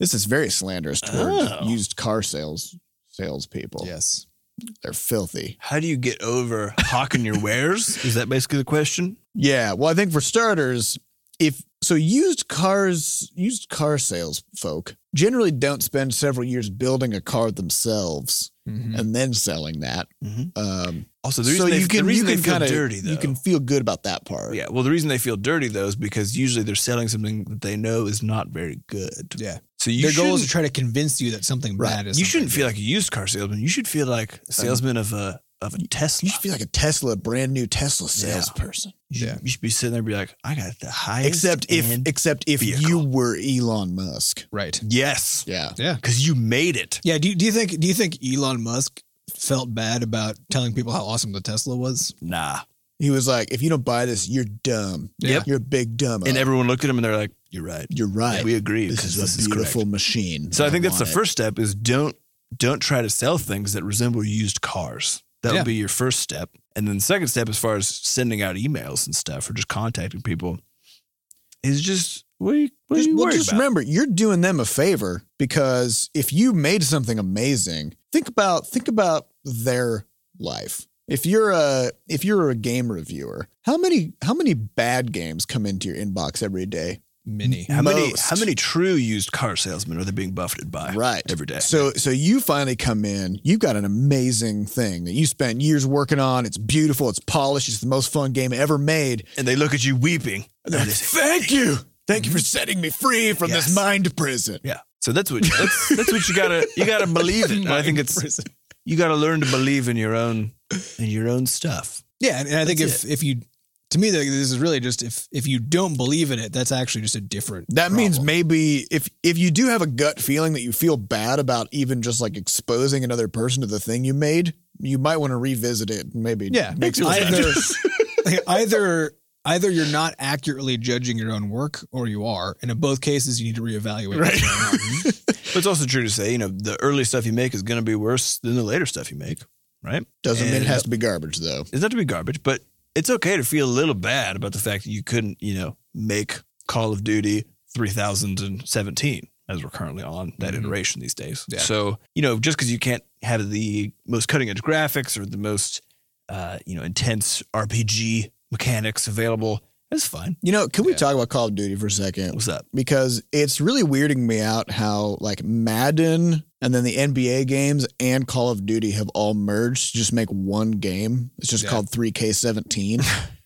Speaker 1: This is very slanderous towards
Speaker 3: Oh.
Speaker 1: used car sales salespeople.
Speaker 2: Yes.
Speaker 1: They're filthy.
Speaker 3: How do you get over hawking your wares? Is that basically the question?
Speaker 1: Yeah. Well, I think for starters, if so, used cars, used car sales folk generally don't spend several years building a car themselves
Speaker 2: Mhm.
Speaker 1: and then selling that.
Speaker 3: Mhm.
Speaker 1: Um,
Speaker 3: Also, the reason
Speaker 1: so
Speaker 3: they,
Speaker 1: you can
Speaker 3: the reason
Speaker 1: you
Speaker 3: they
Speaker 1: can
Speaker 3: feel
Speaker 1: kind of
Speaker 3: dirty though.
Speaker 1: you can feel good about that part.
Speaker 3: yeah, well, the reason they feel dirty though is because usually they're selling something that they know is not very good.
Speaker 2: Yeah.
Speaker 3: So you
Speaker 2: Their goal is to
Speaker 3: shouldn't-
Speaker 2: try to convince you that something
Speaker 1: Right.
Speaker 2: bad is.
Speaker 3: you
Speaker 2: something
Speaker 3: shouldn't feel like a used car salesman. You should feel like a salesman of a of a Tesla.
Speaker 1: You should feel like a Tesla, brand new Tesla salesperson.
Speaker 3: You should,
Speaker 2: Yeah.
Speaker 3: you should be sitting there and be like, I got the highest.
Speaker 1: Except if
Speaker 3: end-
Speaker 1: except if
Speaker 3: vehicle.
Speaker 1: you were Elon Musk.
Speaker 2: right.
Speaker 3: yes,
Speaker 1: Yeah.
Speaker 2: Yeah.
Speaker 3: because you made it.
Speaker 2: Yeah. Do you, do you think do you think Elon Musk felt bad about telling people how awesome the Tesla was?
Speaker 3: Nah.
Speaker 1: He was like, if you don't buy this, you're dumb.
Speaker 2: Yep.
Speaker 1: You're a big dumb.
Speaker 3: And everyone looked at him and they're like, You're right.
Speaker 1: you're right.
Speaker 3: We agree.
Speaker 1: this
Speaker 3: 'cause
Speaker 1: is a beautiful
Speaker 3: correct."
Speaker 1: machine.
Speaker 3: So I think that's
Speaker 1: want
Speaker 3: the
Speaker 1: it.
Speaker 3: first step is don't don't try to sell things that resemble used cars. That
Speaker 2: Yeah.
Speaker 3: would be your first step. And then the second step as far as sending out emails and stuff or just contacting people is just what are you, what are
Speaker 1: Just,
Speaker 3: you
Speaker 1: well,
Speaker 3: worried
Speaker 1: just
Speaker 3: about?
Speaker 1: remember, you're doing them a favor because if you made something amazing, think about think about their life. If you're a if you're a game reviewer, how many how many bad games come into your inbox every day?
Speaker 2: Mini.
Speaker 3: how many
Speaker 1: most.
Speaker 3: how many true used car salesmen are they being buffeted by
Speaker 1: Right.
Speaker 3: Uh, every day?
Speaker 1: So so you finally come in, you've got an amazing thing that you spent years working on. It's beautiful, it's polished, it's the most fun game ever made.
Speaker 3: and they look at you weeping. And they're just-
Speaker 1: Thank you. Thank you for setting me free from
Speaker 3: Yes.
Speaker 1: this mind prison.
Speaker 3: yeah. So that's what that's, that's what you gotta you gotta believe in. And I think it's you gotta learn to believe in your own in your own stuff.
Speaker 2: Yeah, and, and I think
Speaker 3: That's
Speaker 2: if if you to me like, this is really just if if you don't believe in it, that's actually just a different.
Speaker 1: That means
Speaker 2: problem.
Speaker 1: maybe if if you do have a gut feeling that you feel bad about even just like exposing another person to the thing you made, you might want to revisit it. and Maybe
Speaker 2: yeah.
Speaker 1: make some
Speaker 2: either,
Speaker 1: changes.
Speaker 2: either either you're not accurately judging your own work, or you are, and in both cases, you need to reevaluate. what's going on.
Speaker 3: But it's also true to say, you know, the early stuff you make is going to be worse than the later stuff you make, right?
Speaker 1: Doesn't mean it
Speaker 3: And-
Speaker 1: has to be garbage though.
Speaker 3: It's not to be garbage, but it's okay to feel a little bad about the fact that you couldn't, you know, make Call of Duty 3017 as we're currently on that
Speaker 2: Mhm.
Speaker 3: iteration these days.
Speaker 2: Yeah.
Speaker 3: So, you know, just because you can't have the most cutting edge graphics or the most, uh, you know, intense RPG mechanics available, that's fine.
Speaker 1: You know, can we
Speaker 2: Yeah.
Speaker 1: talk about Call of Duty for a second?
Speaker 3: What's up?
Speaker 1: Because it's really weirding me out how like Madden and then the NBA games and Call of Duty have all merged to just make one game. It's just
Speaker 2: Yeah.
Speaker 1: called 3K17.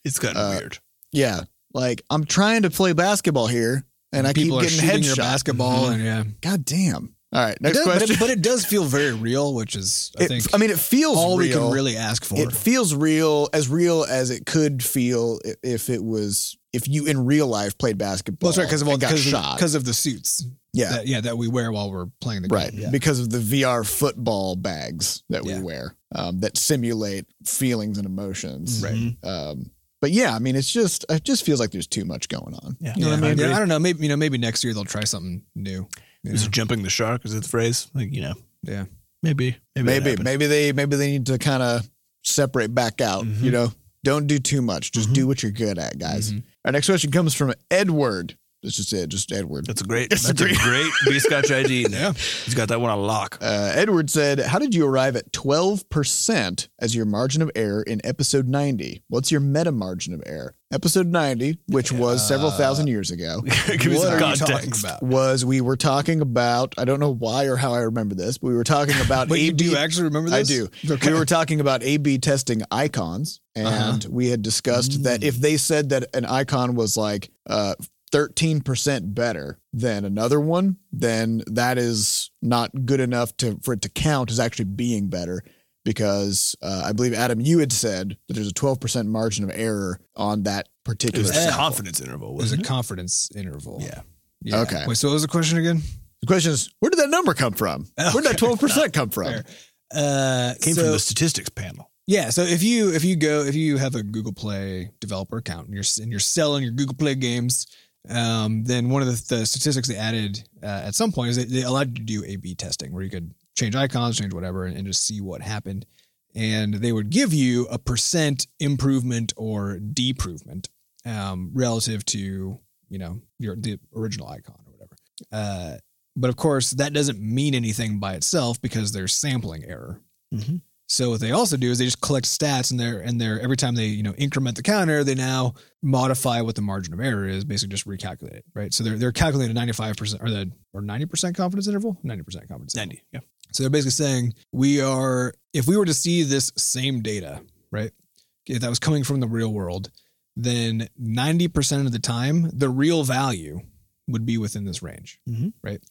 Speaker 3: It's gotten
Speaker 1: Uh,
Speaker 3: weird.
Speaker 1: yeah. Like I'm trying to play basketball here and I keep
Speaker 2: People are
Speaker 1: getting Mm-hmm.
Speaker 2: shooting your
Speaker 1: headshots.
Speaker 2: basketball,
Speaker 3: Mhm.
Speaker 2: and yeah,
Speaker 1: God damn. All right.
Speaker 2: It
Speaker 1: Next
Speaker 2: does- Mm-hmm. but it-
Speaker 1: question.
Speaker 2: But it, does feel very real, which is I
Speaker 1: It-
Speaker 2: think
Speaker 1: mean, it feels
Speaker 2: all we can
Speaker 1: real.
Speaker 2: really ask for.
Speaker 1: It feels real, as real as it could feel i- if it was if you in real life played basketball.
Speaker 2: well, that's right because of all
Speaker 1: and got
Speaker 2: because of,
Speaker 1: shot.
Speaker 2: 'cause of the suits.
Speaker 1: yeah,
Speaker 2: that, yeah, that we wear while we're playing the game.
Speaker 1: right.
Speaker 2: Yeah.
Speaker 1: Because of the VR football bags that
Speaker 2: Yeah.
Speaker 1: we wear um, that simulate feelings and emotions.
Speaker 2: Right.
Speaker 3: Mhm.
Speaker 1: Um, but yeah, I mean, it's just it just feels like there's too much going on.
Speaker 3: Yeah.
Speaker 1: You know what
Speaker 2: Yeah,
Speaker 1: I mean?
Speaker 2: I don't know. Maybe you know. Maybe next year they'll try something new. you
Speaker 3: Is
Speaker 2: know?
Speaker 3: it jumping the shark? Is that the phrase? Like, you know,
Speaker 2: Yeah.
Speaker 3: maybe, maybe, that
Speaker 1: Maybe
Speaker 3: happened.
Speaker 1: maybe they maybe they need to kind of separate back out.
Speaker 3: Mhm.
Speaker 2: Mm-hmm.
Speaker 1: You know, don't do too much. Just
Speaker 3: Mhm.
Speaker 1: do what you're good at, guys.
Speaker 2: Mhm.
Speaker 1: Our next question comes from Edward. That's just it, just Edward.
Speaker 3: That's a great.
Speaker 1: That's
Speaker 3: That's,
Speaker 1: a
Speaker 3: a
Speaker 1: great-
Speaker 3: great B Scotch ID. in there.
Speaker 2: Yeah.
Speaker 3: He's got that one on lock.
Speaker 1: Uh, Edward said, How did you arrive at 12% as your margin of error in episode 90? What's your meta margin of error? Episode 90, which was several
Speaker 2: Uh,
Speaker 1: thousand years ago,
Speaker 3: Give me
Speaker 2: what
Speaker 3: some
Speaker 2: are
Speaker 3: context.
Speaker 2: you talking about?
Speaker 1: was we were talking about, I don't know why or how I remember this, but we were talking about
Speaker 2: Wait, you
Speaker 1: AB
Speaker 2: do actually remember
Speaker 1: I
Speaker 2: this?
Speaker 1: do.
Speaker 2: Okay.
Speaker 1: We were talking about A B testing
Speaker 2: Uh-huh.
Speaker 1: icons, and we had discussed that if they said that an icon was like uh, 13% better than another one, then that is not good enough to for it to count as actually being better because uh, I believe Adam you had said that there's a 12% margin of error on that
Speaker 3: It
Speaker 1: particular
Speaker 3: was a
Speaker 1: sample.
Speaker 3: confidence interval,
Speaker 2: It was a
Speaker 3: wasn't it?
Speaker 2: confidence interval.
Speaker 3: Mm-hmm. Yeah.
Speaker 2: Yeah.
Speaker 1: Okay.
Speaker 2: Wait, so what was the question again?
Speaker 1: The question is, where did that number come from? Where did that 12% come from?
Speaker 2: Fair. Uh,
Speaker 3: Came
Speaker 2: so-
Speaker 3: from the statistics panel.
Speaker 2: Yeah, so if you if you go if you have a Google Play developer account and you're and you're selling your Google Play games, um, then one of the, the statistics they added uh, at some point is they, they allowed you to do A/B testing where you could change icons, change whatever, and, and just see what happened. And they would give you a percent improvement or deprovement um, relative to you know your the original icon or whatever. Uh, but of course, that doesn't mean anything by itself because there's sampling error.
Speaker 3: Mhm.
Speaker 2: So what they also do is they just collect stats and they're and they're every time they you know increment the counter, they now modify what the margin of error is, basically just recalculate it, right? So they're they're calculating ninety five percent or the or ninety percent confidence interval, ninety percent confidence. interval.
Speaker 3: 90. Yeah.
Speaker 2: So they're basically saying we are if we were to see this same data, right? If that was coming from the real world, then 90% of the time the real value would be within this range.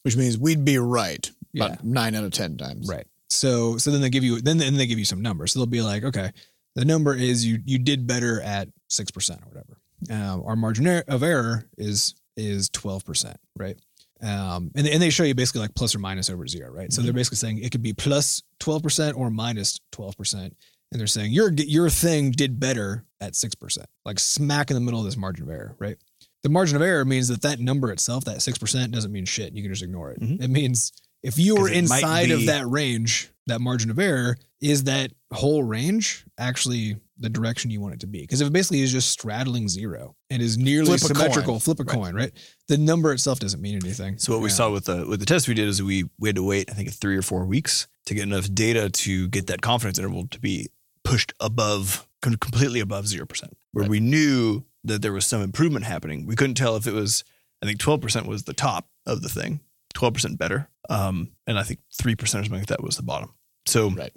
Speaker 1: Which means we'd be right about
Speaker 2: Yeah.
Speaker 1: nine out of 10 times.
Speaker 2: Right. So so then they give you then then they give you some numbers. So they'll be like, okay, the number is you you did better at six percent or whatever. Um, our margin er- of error is is twelve percent, right? Um, and and they show you basically like plus or minus over zero, right? So they're
Speaker 3: Mm-hmm.
Speaker 2: basically saying it could be plus twelve percent or minus twelve percent, and they're saying your your thing did better at six percent, like smack in the middle of this margin of error, right? The margin of error means that that number itself, that six percent, doesn't mean shit. You can just ignore it.
Speaker 3: Mhm.
Speaker 2: It means if you were
Speaker 3: 'Cause it might
Speaker 2: inside of
Speaker 3: be-
Speaker 2: that range, that margin of error, is that whole range actually the direction you want it to be? Because if it basically is just straddling zero and is nearly
Speaker 1: Flip a coin.
Speaker 2: symmetrical, flip a
Speaker 3: Right.
Speaker 2: coin, right? The number itself doesn't mean anything.
Speaker 3: So what we
Speaker 2: Yeah.
Speaker 3: saw with the with the test we did is we we had to wait I think three or four weeks to get enough data to get that confidence interval to be pushed above com- completely above zero percent, where we knew that there was some improvement happening. We couldn't tell if it was I think twelve percent was the top of the thing, twelve percent better, um, and I think three percent or something like that was the bottom. So
Speaker 1: Right.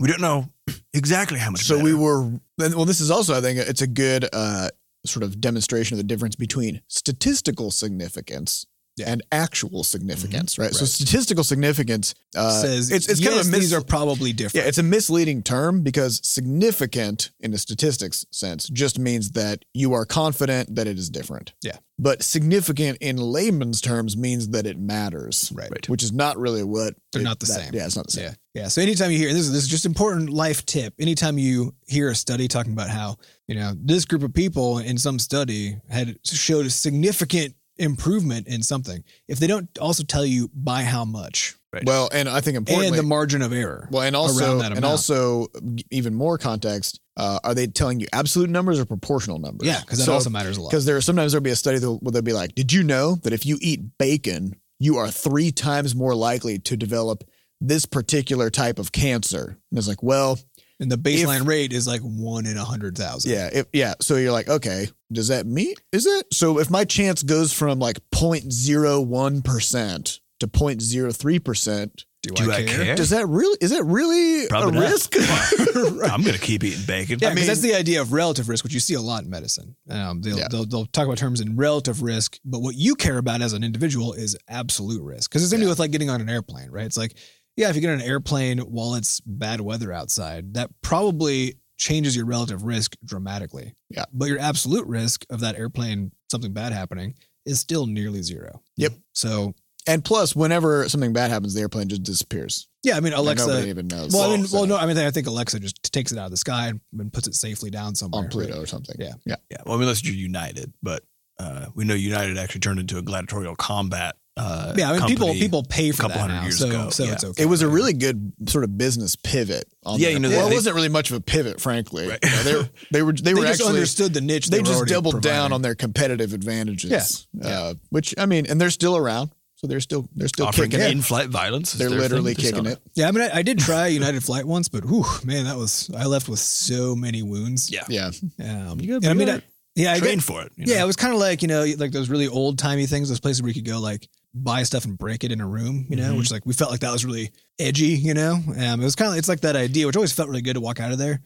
Speaker 3: we don't know exactly how much.
Speaker 1: So we
Speaker 3: better.
Speaker 1: were, and, well, this is also, I think, it's a good uh, sort of demonstration of the difference between statistical significance and actual significance, right? So
Speaker 2: Mm-hmm. Right.
Speaker 1: statistical significance uh,
Speaker 2: says
Speaker 1: it's, it's kind of a
Speaker 2: yes,
Speaker 1: mis-
Speaker 2: these are probably
Speaker 1: yeah,
Speaker 2: different.
Speaker 1: it's a misleading term because significant in a statistics sense just means that you are confident that it is different.
Speaker 2: Yeah.
Speaker 1: But significant in layman's terms means that it matters,
Speaker 2: right.
Speaker 3: Right.
Speaker 1: which is not really what
Speaker 2: They're
Speaker 1: it-
Speaker 2: not the
Speaker 1: that-
Speaker 2: same.
Speaker 1: Yeah, it's not the same.
Speaker 2: Yeah. Yeah. So anytime you hear this is this is just important life tip. Anytime you hear a study talking about how, you know, this group of people in some study had showed a significant improvement in something, if they don't also tell you by how much
Speaker 3: Right.
Speaker 1: Well, and I think importantly,
Speaker 2: and the margin of error.
Speaker 1: Well, and also,
Speaker 2: around that
Speaker 1: and
Speaker 2: amount.
Speaker 1: also, g- even more context: uh, are they telling you absolute numbers or proportional numbers?
Speaker 2: yeah, because that also matters a lot.
Speaker 1: because there are sometimes there'll be a study that will they'll be like, "Did you know that if you eat bacon, you are three times more likely to develop this particular type of cancer?" And it's like, well,
Speaker 2: And the baseline rate is like one in a hundred thousand.
Speaker 1: yeah, if, yeah. So you're like, okay, does that mean is it? So if my chance goes from like 0.01 percent to 0.03 percent,
Speaker 3: Do I care?
Speaker 1: does that really is that really
Speaker 3: Probably
Speaker 1: a
Speaker 3: not.
Speaker 1: risk? Right.
Speaker 3: I'm gonna keep eating bacon.
Speaker 2: Yeah,
Speaker 1: I
Speaker 2: because
Speaker 1: mean-
Speaker 2: that's the idea of relative risk, which you see a lot in medicine. Um, they'll,
Speaker 1: Yeah.
Speaker 2: they'll, they'll talk about terms in relative risk, but what you care about as an individual is absolute risk. Because it's the same thing with like getting on an airplane, right? It's like, yeah, if you get on an airplane while it's bad weather outside, that probably changes your relative risk dramatically.
Speaker 1: Yeah.
Speaker 2: But your absolute risk of that airplane, something bad happening, is still nearly zero.
Speaker 1: Yep.
Speaker 2: So,
Speaker 1: And plus, whenever something bad happens, the airplane just disappears.
Speaker 2: yeah, I mean,
Speaker 1: And
Speaker 2: Alexa.
Speaker 1: nobody even knows.
Speaker 2: well, I mean,
Speaker 1: So,
Speaker 2: well, no, I mean, I think Alexa just takes it out of the sky and, and puts it safely down somewhere
Speaker 1: on Pluto or something.
Speaker 2: Yeah.
Speaker 1: yeah.
Speaker 3: Yeah. Well, I mean, unless you're United, but uh, we know United actually turned into a gladiatorial combat. Uh,
Speaker 2: yeah, I mean, people
Speaker 3: company.
Speaker 2: people pay for
Speaker 3: couple
Speaker 2: that
Speaker 3: hundred
Speaker 2: now,
Speaker 3: years
Speaker 2: so,
Speaker 3: ago,
Speaker 2: so
Speaker 3: yeah.
Speaker 2: it's okay.
Speaker 1: It was a
Speaker 2: right?
Speaker 1: really good sort of business pivot. On
Speaker 3: Yeah,
Speaker 1: the
Speaker 3: you know,
Speaker 1: airplane. well,
Speaker 3: they-
Speaker 1: it wasn't really much of a pivot, frankly.
Speaker 3: Right.
Speaker 1: You know, they were they were they,
Speaker 2: They,
Speaker 1: were
Speaker 2: just
Speaker 1: actually
Speaker 2: understood the niche.
Speaker 1: they
Speaker 2: were
Speaker 1: just
Speaker 2: already
Speaker 1: doubled down
Speaker 2: providing.
Speaker 1: on their competitive advantages.
Speaker 2: Yeah.
Speaker 1: Uh, which I mean, and they're still around, so they're still they're still
Speaker 3: offering
Speaker 1: kicking it.
Speaker 3: in-flight violence. is
Speaker 1: They're
Speaker 3: their
Speaker 1: literally
Speaker 3: thing. They
Speaker 1: kicking
Speaker 3: sell
Speaker 1: it.
Speaker 2: Yeah, I mean, I, I did try United Flight once, but whew, man, that was I left with so many wounds.
Speaker 3: Yeah.
Speaker 1: Yeah,
Speaker 2: um,
Speaker 3: You gotta
Speaker 2: and
Speaker 3: be
Speaker 2: I mean, I,
Speaker 3: alright.
Speaker 2: yeah, I
Speaker 3: Train
Speaker 2: got,
Speaker 3: for it. you
Speaker 2: yeah,
Speaker 3: know?
Speaker 2: it was kind of like you know, like those really old timey things, those places where you could go like buy stuff and break it in a room, you know,
Speaker 3: Mhm.
Speaker 2: which like we felt like that was really edgy, you know. Um, it was kind of it's like that idea, which always felt really good to walk out of there.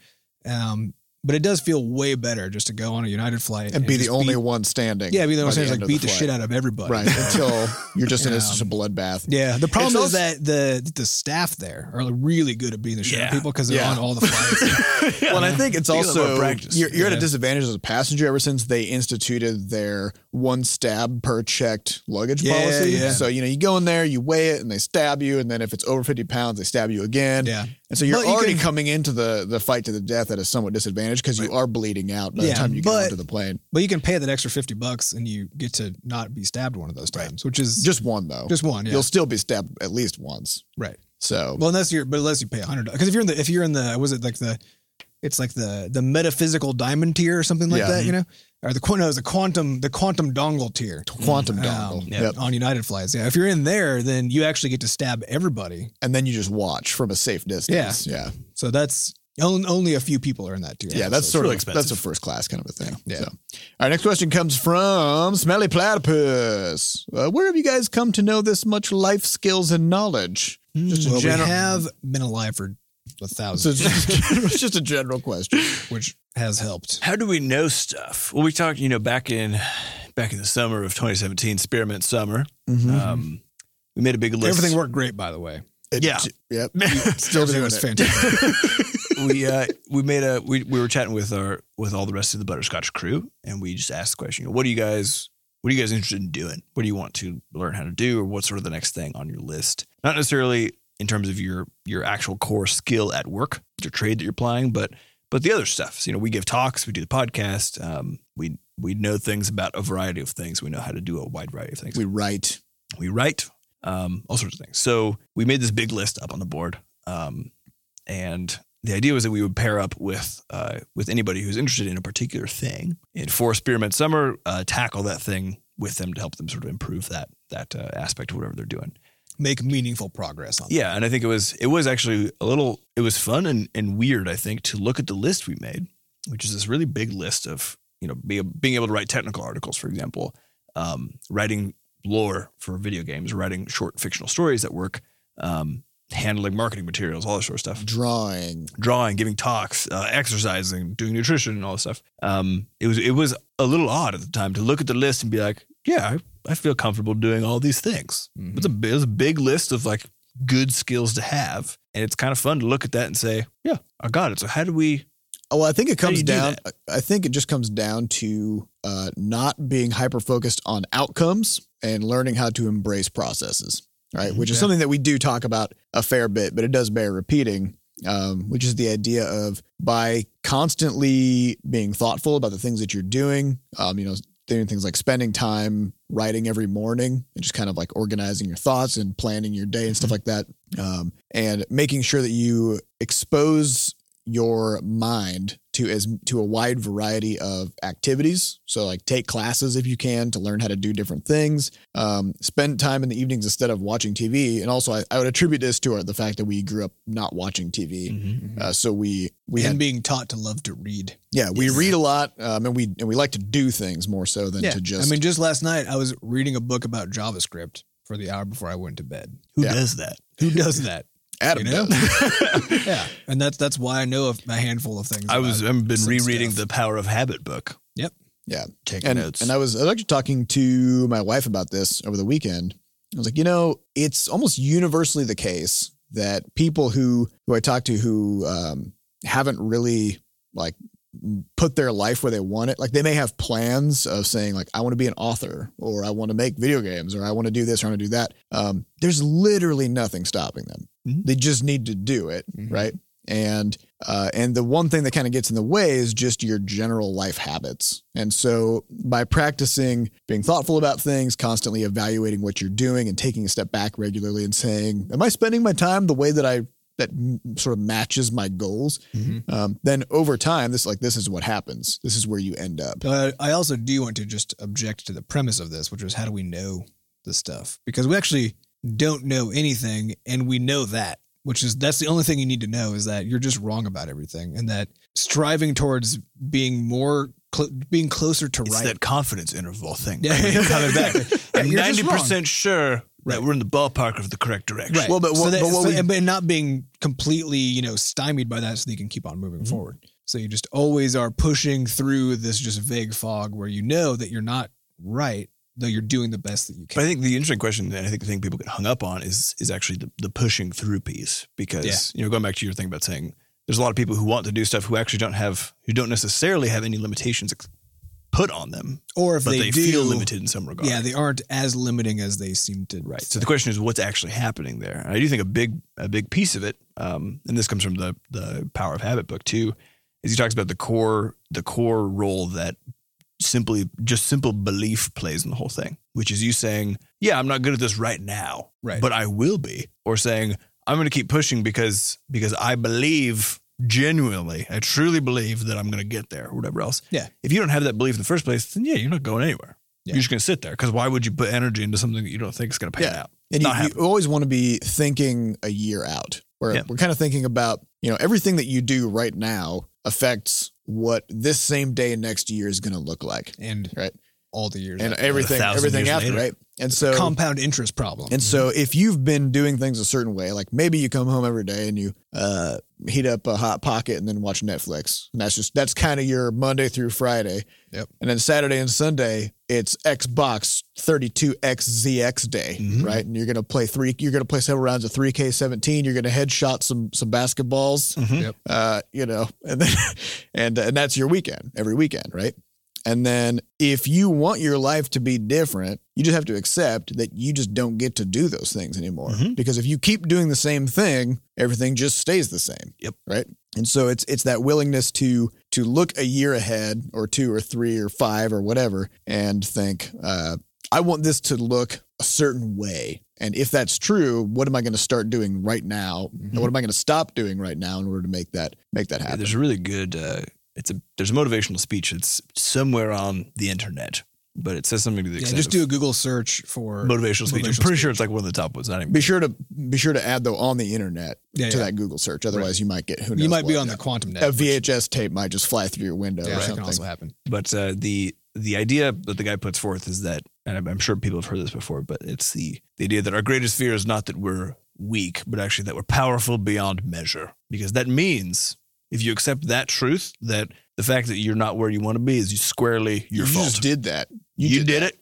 Speaker 2: Um, But it does feel way better just to go on a United flight
Speaker 1: and be the
Speaker 2: just
Speaker 1: only one standing.
Speaker 2: yeah, be the
Speaker 1: by
Speaker 2: only one like
Speaker 1: end of
Speaker 2: beat the,
Speaker 1: flight.
Speaker 2: shit out of everybody.
Speaker 1: Right until you're just in
Speaker 2: Yeah.
Speaker 1: a, such a bloodbath.
Speaker 2: Yeah, the problem is
Speaker 3: It's
Speaker 2: that the the staff there are really good at being the shit out of
Speaker 3: Yeah.
Speaker 2: people because they're
Speaker 1: Yeah.
Speaker 2: on all the flights.
Speaker 1: Well, and I think it's
Speaker 3: Think a little
Speaker 1: also
Speaker 3: more practice.
Speaker 1: you're, you're at
Speaker 2: Yeah.
Speaker 1: a disadvantage as a passenger ever since they instituted their one stab per checked luggage
Speaker 2: Yeah,
Speaker 1: policy.
Speaker 2: yeah.
Speaker 1: So you know you go in there, you weigh it, and they stab you, and then if it's over 50 pounds, they stab you again.
Speaker 2: yeah,
Speaker 1: And so you're
Speaker 2: But you
Speaker 1: already
Speaker 2: can-
Speaker 1: coming into the the fight to the death at a somewhat disadvantage because you are bleeding out by
Speaker 2: Yeah,
Speaker 1: the time you get
Speaker 2: but-
Speaker 1: onto the plane.
Speaker 2: but you can pay that extra fifty bucks and you get to not be stabbed one of those times, which is just,
Speaker 1: Just one though.
Speaker 2: one. Yeah,
Speaker 1: You'll still be stabbed at least once.
Speaker 2: right.
Speaker 1: So
Speaker 2: Well, unless you're, but unless you pay a hundred, because if you're in the, if you're in the, was it like the, it's like the the metaphysical diamond tier or something like
Speaker 1: Yeah. mm-hmm.
Speaker 2: that, you know, or the quan- no, it's the quantum the quantum dongle tier.
Speaker 1: quantum
Speaker 2: Um,
Speaker 1: dongle.
Speaker 3: yeah.
Speaker 1: Yep.
Speaker 2: On United flights, yeah. If you're in there, then you actually get to stab everybody.
Speaker 1: And then you just watch from a safe distance. Yeah. Yeah.
Speaker 2: So that's on- only a few people are in that tier.
Speaker 1: Yeah, that's
Speaker 2: So-
Speaker 1: sort
Speaker 3: really
Speaker 1: of
Speaker 3: expensive.
Speaker 1: that's a first class kind of a thing.
Speaker 2: Yeah.
Speaker 1: So. All right, next question comes from Smelly Platypus. Uh, where have you guys come to know this much life skills and knowledge? Just a
Speaker 2: Hmm. well,
Speaker 1: general,
Speaker 2: we have been alive for a thousand,
Speaker 1: so just, just a general question.
Speaker 2: which has helped.
Speaker 3: How do we know stuff? Well, we talked, you know, back in back in the summer of 2017, experiment summer. Um, we made a big list.
Speaker 2: Mm-hmm. Everything worked great, by the way.
Speaker 1: It-
Speaker 3: yeah.
Speaker 1: Yep.
Speaker 2: It
Speaker 1: Still doing
Speaker 2: was
Speaker 1: it.
Speaker 2: fantastic.
Speaker 3: we uh, we made a we, we were chatting with our with all the rest of the butterscotch crew, and we just asked the question: you know, What do you guys What are you guys interested in doing? What do you want to learn how to do, or what's sort of the next thing on your list? Not necessarily in terms of your your actual core skill at work, your trade that you're applying, but but the other stuff. So, you know, we give talks, we do the podcast, um, we we know things about a variety of things. We know how to do a wide variety of things
Speaker 1: we write.
Speaker 3: we write, um, all sorts of things. So we made this big list up on the board, um, and the idea was that we would pair up with uh, with anybody who's interested in a particular thing and for Spearmint Summer, uh, tackle that thing with them to help them sort of improve that that uh, aspect of whatever they're doing.
Speaker 2: Make meaningful progress on.
Speaker 3: Yeah, and I think it was it was actually a little it was fun and, and weird I think to look at the list we made, which is this really big list of you know be, being able to write technical articles, for example, um, writing lore for video games, writing short fictional stories that work, um, handling marketing materials, all that sort of stuff
Speaker 1: drawing.
Speaker 3: drawing, giving talks, uh, exercising, doing nutrition, and all this stuff. Um, it was it was a little odd at the time to look at the list and be like, yeah, I, I feel comfortable doing all these things.
Speaker 2: Mhm.
Speaker 3: It's a bi- it's a big list of like good skills to have, and it's kind of fun to look at that and say, yeah, I got it. So how do we?
Speaker 1: Oh, well, I think it
Speaker 3: How do
Speaker 1: comes
Speaker 3: you do
Speaker 1: down. I I think it just comes down to uh, not being hyper focused on outcomes and learning how to embrace processes, right? Which is
Speaker 2: Okay.
Speaker 1: something that we do talk about a fair bit, but it does bear repeating. Um, which is the idea of by constantly being thoughtful about the things that you're doing, um, you know, doing things like spending time writing every morning and just kind of like organizing your thoughts and planning your day and
Speaker 3: Mm-hmm.
Speaker 1: stuff like that. Um, and making sure that you expose your mind to as to a wide variety of activities. So like take classes if you can to learn how to do different things. Um, spend time in the evenings instead of watching TV. And also I, I would attribute this to our, the fact that we grew up not watching TV. Uh, so we we
Speaker 2: Mm-hmm. and
Speaker 1: had,
Speaker 2: being taught to love to read.
Speaker 1: yeah we
Speaker 2: Yes.
Speaker 1: read a lot um, and we and we like to do things more so than to just
Speaker 2: I mean, just last night I was reading a book about JavaScript for the hour before I went to bed.
Speaker 3: Who
Speaker 1: Yeah.
Speaker 3: does that?
Speaker 2: Who does that?
Speaker 1: Adam
Speaker 2: you know?
Speaker 1: does.
Speaker 2: yeah, and that's that's why I know of a handful of things.
Speaker 3: I was
Speaker 2: about
Speaker 3: I've been
Speaker 2: some
Speaker 3: rereading
Speaker 2: stuff.
Speaker 3: the Power of Habit book.
Speaker 2: Yep.
Speaker 1: Yeah.
Speaker 3: taking
Speaker 1: and,
Speaker 3: notes.
Speaker 1: And I was, I was actually talking to my wife about this over the weekend. I was like, you know, it's almost universally the case that people who who I talk to who um, haven't really like put their life where they want it. Like they may have plans of saying like I want to be an author or I want to make video games or I want to do this or I want to do that. Um, there's literally nothing stopping them.
Speaker 3: Mhm.
Speaker 1: They just need to do it,
Speaker 2: Mhm.
Speaker 1: right? And uh, and the one thing that kind of gets in the way is just your general life habits. And so by practicing being thoughtful about things, constantly evaluating what you're doing, and taking a step back regularly and saying, "Am I spending my time the way that I that m- sort of matches my goals?"
Speaker 2: Mhm.
Speaker 1: um, then over time, this like this is what happens. This is where you end up.
Speaker 2: But I also do want to just object to the premise of this, which was how do we know the stuff? Because we actually don't know anything, and we know that, which is that's the only thing you need to know is that you're just wrong about everything, and that striving towards being more cl- being closer to
Speaker 3: it's
Speaker 2: right.
Speaker 3: that confidence interval thing.
Speaker 2: Yeah,
Speaker 3: Right?
Speaker 2: coming back. Yeah,
Speaker 3: I'm
Speaker 2: you're just
Speaker 3: ninety
Speaker 2: wrong.
Speaker 3: percent sure
Speaker 2: Right.
Speaker 3: that we're in the ballpark of the correct direction.
Speaker 2: Right.
Speaker 1: Well, but
Speaker 2: so
Speaker 1: what-
Speaker 2: that,
Speaker 1: but what we-
Speaker 2: so-
Speaker 1: Mm-hmm.
Speaker 2: and- but not being completely, you know, stymied by that, so that you can keep on moving forward. So you just always are pushing through this just vague fog where you know that you're not right, though you're doing the best that you
Speaker 3: But I
Speaker 2: can.
Speaker 3: think the interesting question, and I think the thing people get hung up on is is actually the, the pushing through piece. Because you know, going back to your thing about saying there's a lot of people who want to do stuff who actually don't have who don't necessarily have any limitations ex- put on them,
Speaker 2: Or if
Speaker 3: but they,
Speaker 2: they, do,
Speaker 3: feel limited in some regard.
Speaker 2: Yeah, they aren't as limiting as they seem to.
Speaker 3: Right. So the question is, what's actually happening there? And I do think a big a big piece of it, um, and this comes from the the Power of Habit book too, is he talks about the core the core role that simply just simple belief plays in the whole thing, which is you saying, "Yeah, I'm not good at this right now,
Speaker 2: Right.
Speaker 3: but I will be," or saying, "I'm going to keep pushing because because I believe." Genuinely, I truly believe that I'm going to get there, or whatever else.
Speaker 2: Yeah.
Speaker 3: If you don't have that belief in the first place, then yeah, you're not going anywhere.
Speaker 2: Yeah.
Speaker 3: You're just going to sit there because why would you put energy into something that you don't think is going to pan
Speaker 1: Yeah.
Speaker 3: out?
Speaker 1: And you,
Speaker 3: Not
Speaker 1: you
Speaker 3: happening.
Speaker 1: always want to be thinking a year out, where
Speaker 3: Yeah.
Speaker 1: we're kind of thinking about, you know, everything that you do right now affects what this same day next year is going to look like,
Speaker 2: And
Speaker 1: Right.
Speaker 2: all the years.
Speaker 1: and
Speaker 2: after.
Speaker 1: everything,
Speaker 3: thousand
Speaker 1: everything
Speaker 3: years
Speaker 1: after,
Speaker 3: later.
Speaker 1: right? And so,
Speaker 2: compound interest problem.
Speaker 1: and so, if you've been doing things a certain way, like maybe you come home every day and you uh, heat up a hot pocket and then watch Netflix, and that's just that's kind of your Monday through Friday.
Speaker 2: Yep.
Speaker 1: And then Saturday and Sunday, it's Xbox 32XZX day,
Speaker 2: Mm-hmm.
Speaker 3: Mhm.
Speaker 1: right? And you're gonna play three. You're gonna play several rounds of 3K17. You're gonna headshot some some basketballs
Speaker 2: Mm-hmm.
Speaker 3: Mhm.
Speaker 1: uh, you know, and then, and and that's your weekend every weekend, right? And then if you want your life to be different, you just have to accept that you just don't get to do those things anymore.
Speaker 3: Mhm.
Speaker 1: Because if you keep doing the same thing, everything just stays the same.
Speaker 3: Yep.
Speaker 1: Right. And so it's it's that willingness to to look a year ahead or two or three or five or whatever and think, uh, I want this to look a certain way. And if that's true, what am I going to start doing right now? And
Speaker 3: Mhm.
Speaker 1: what am I going to stop doing right now in order to make that make that
Speaker 3: Yeah,
Speaker 1: happen?
Speaker 3: there's a really good. Uh, it's a there's a motivational speech. It's somewhere on the internet, but it says something to the
Speaker 2: yeah,
Speaker 3: extent
Speaker 2: just
Speaker 3: of
Speaker 2: do a Google search for
Speaker 3: motivational speech. I'm
Speaker 2: motivational
Speaker 3: pretty sure it's like one of the top ones. Not even.
Speaker 1: be sure to be sure to add though on the internet
Speaker 2: Yeah,
Speaker 1: to
Speaker 2: yeah.
Speaker 1: that Google search. Otherwise, you might get who knows
Speaker 2: you might be
Speaker 1: what.
Speaker 2: on the quantum net.
Speaker 1: a
Speaker 2: which-
Speaker 1: VHS tape might just fly through your window
Speaker 2: Yeah,
Speaker 1: or
Speaker 2: that can also
Speaker 1: something.
Speaker 2: happen.
Speaker 3: But uh, the the idea that the guy puts forth is that, and I'm, I'm sure people have heard this before, but it's the the idea that our greatest fear is not that we're weak, but actually that we're powerful beyond measure. Because that means if you accept that truth, that the fact that you're not where you want to be is squarely your
Speaker 1: you
Speaker 3: fault.
Speaker 1: just did that.
Speaker 3: you, did, it,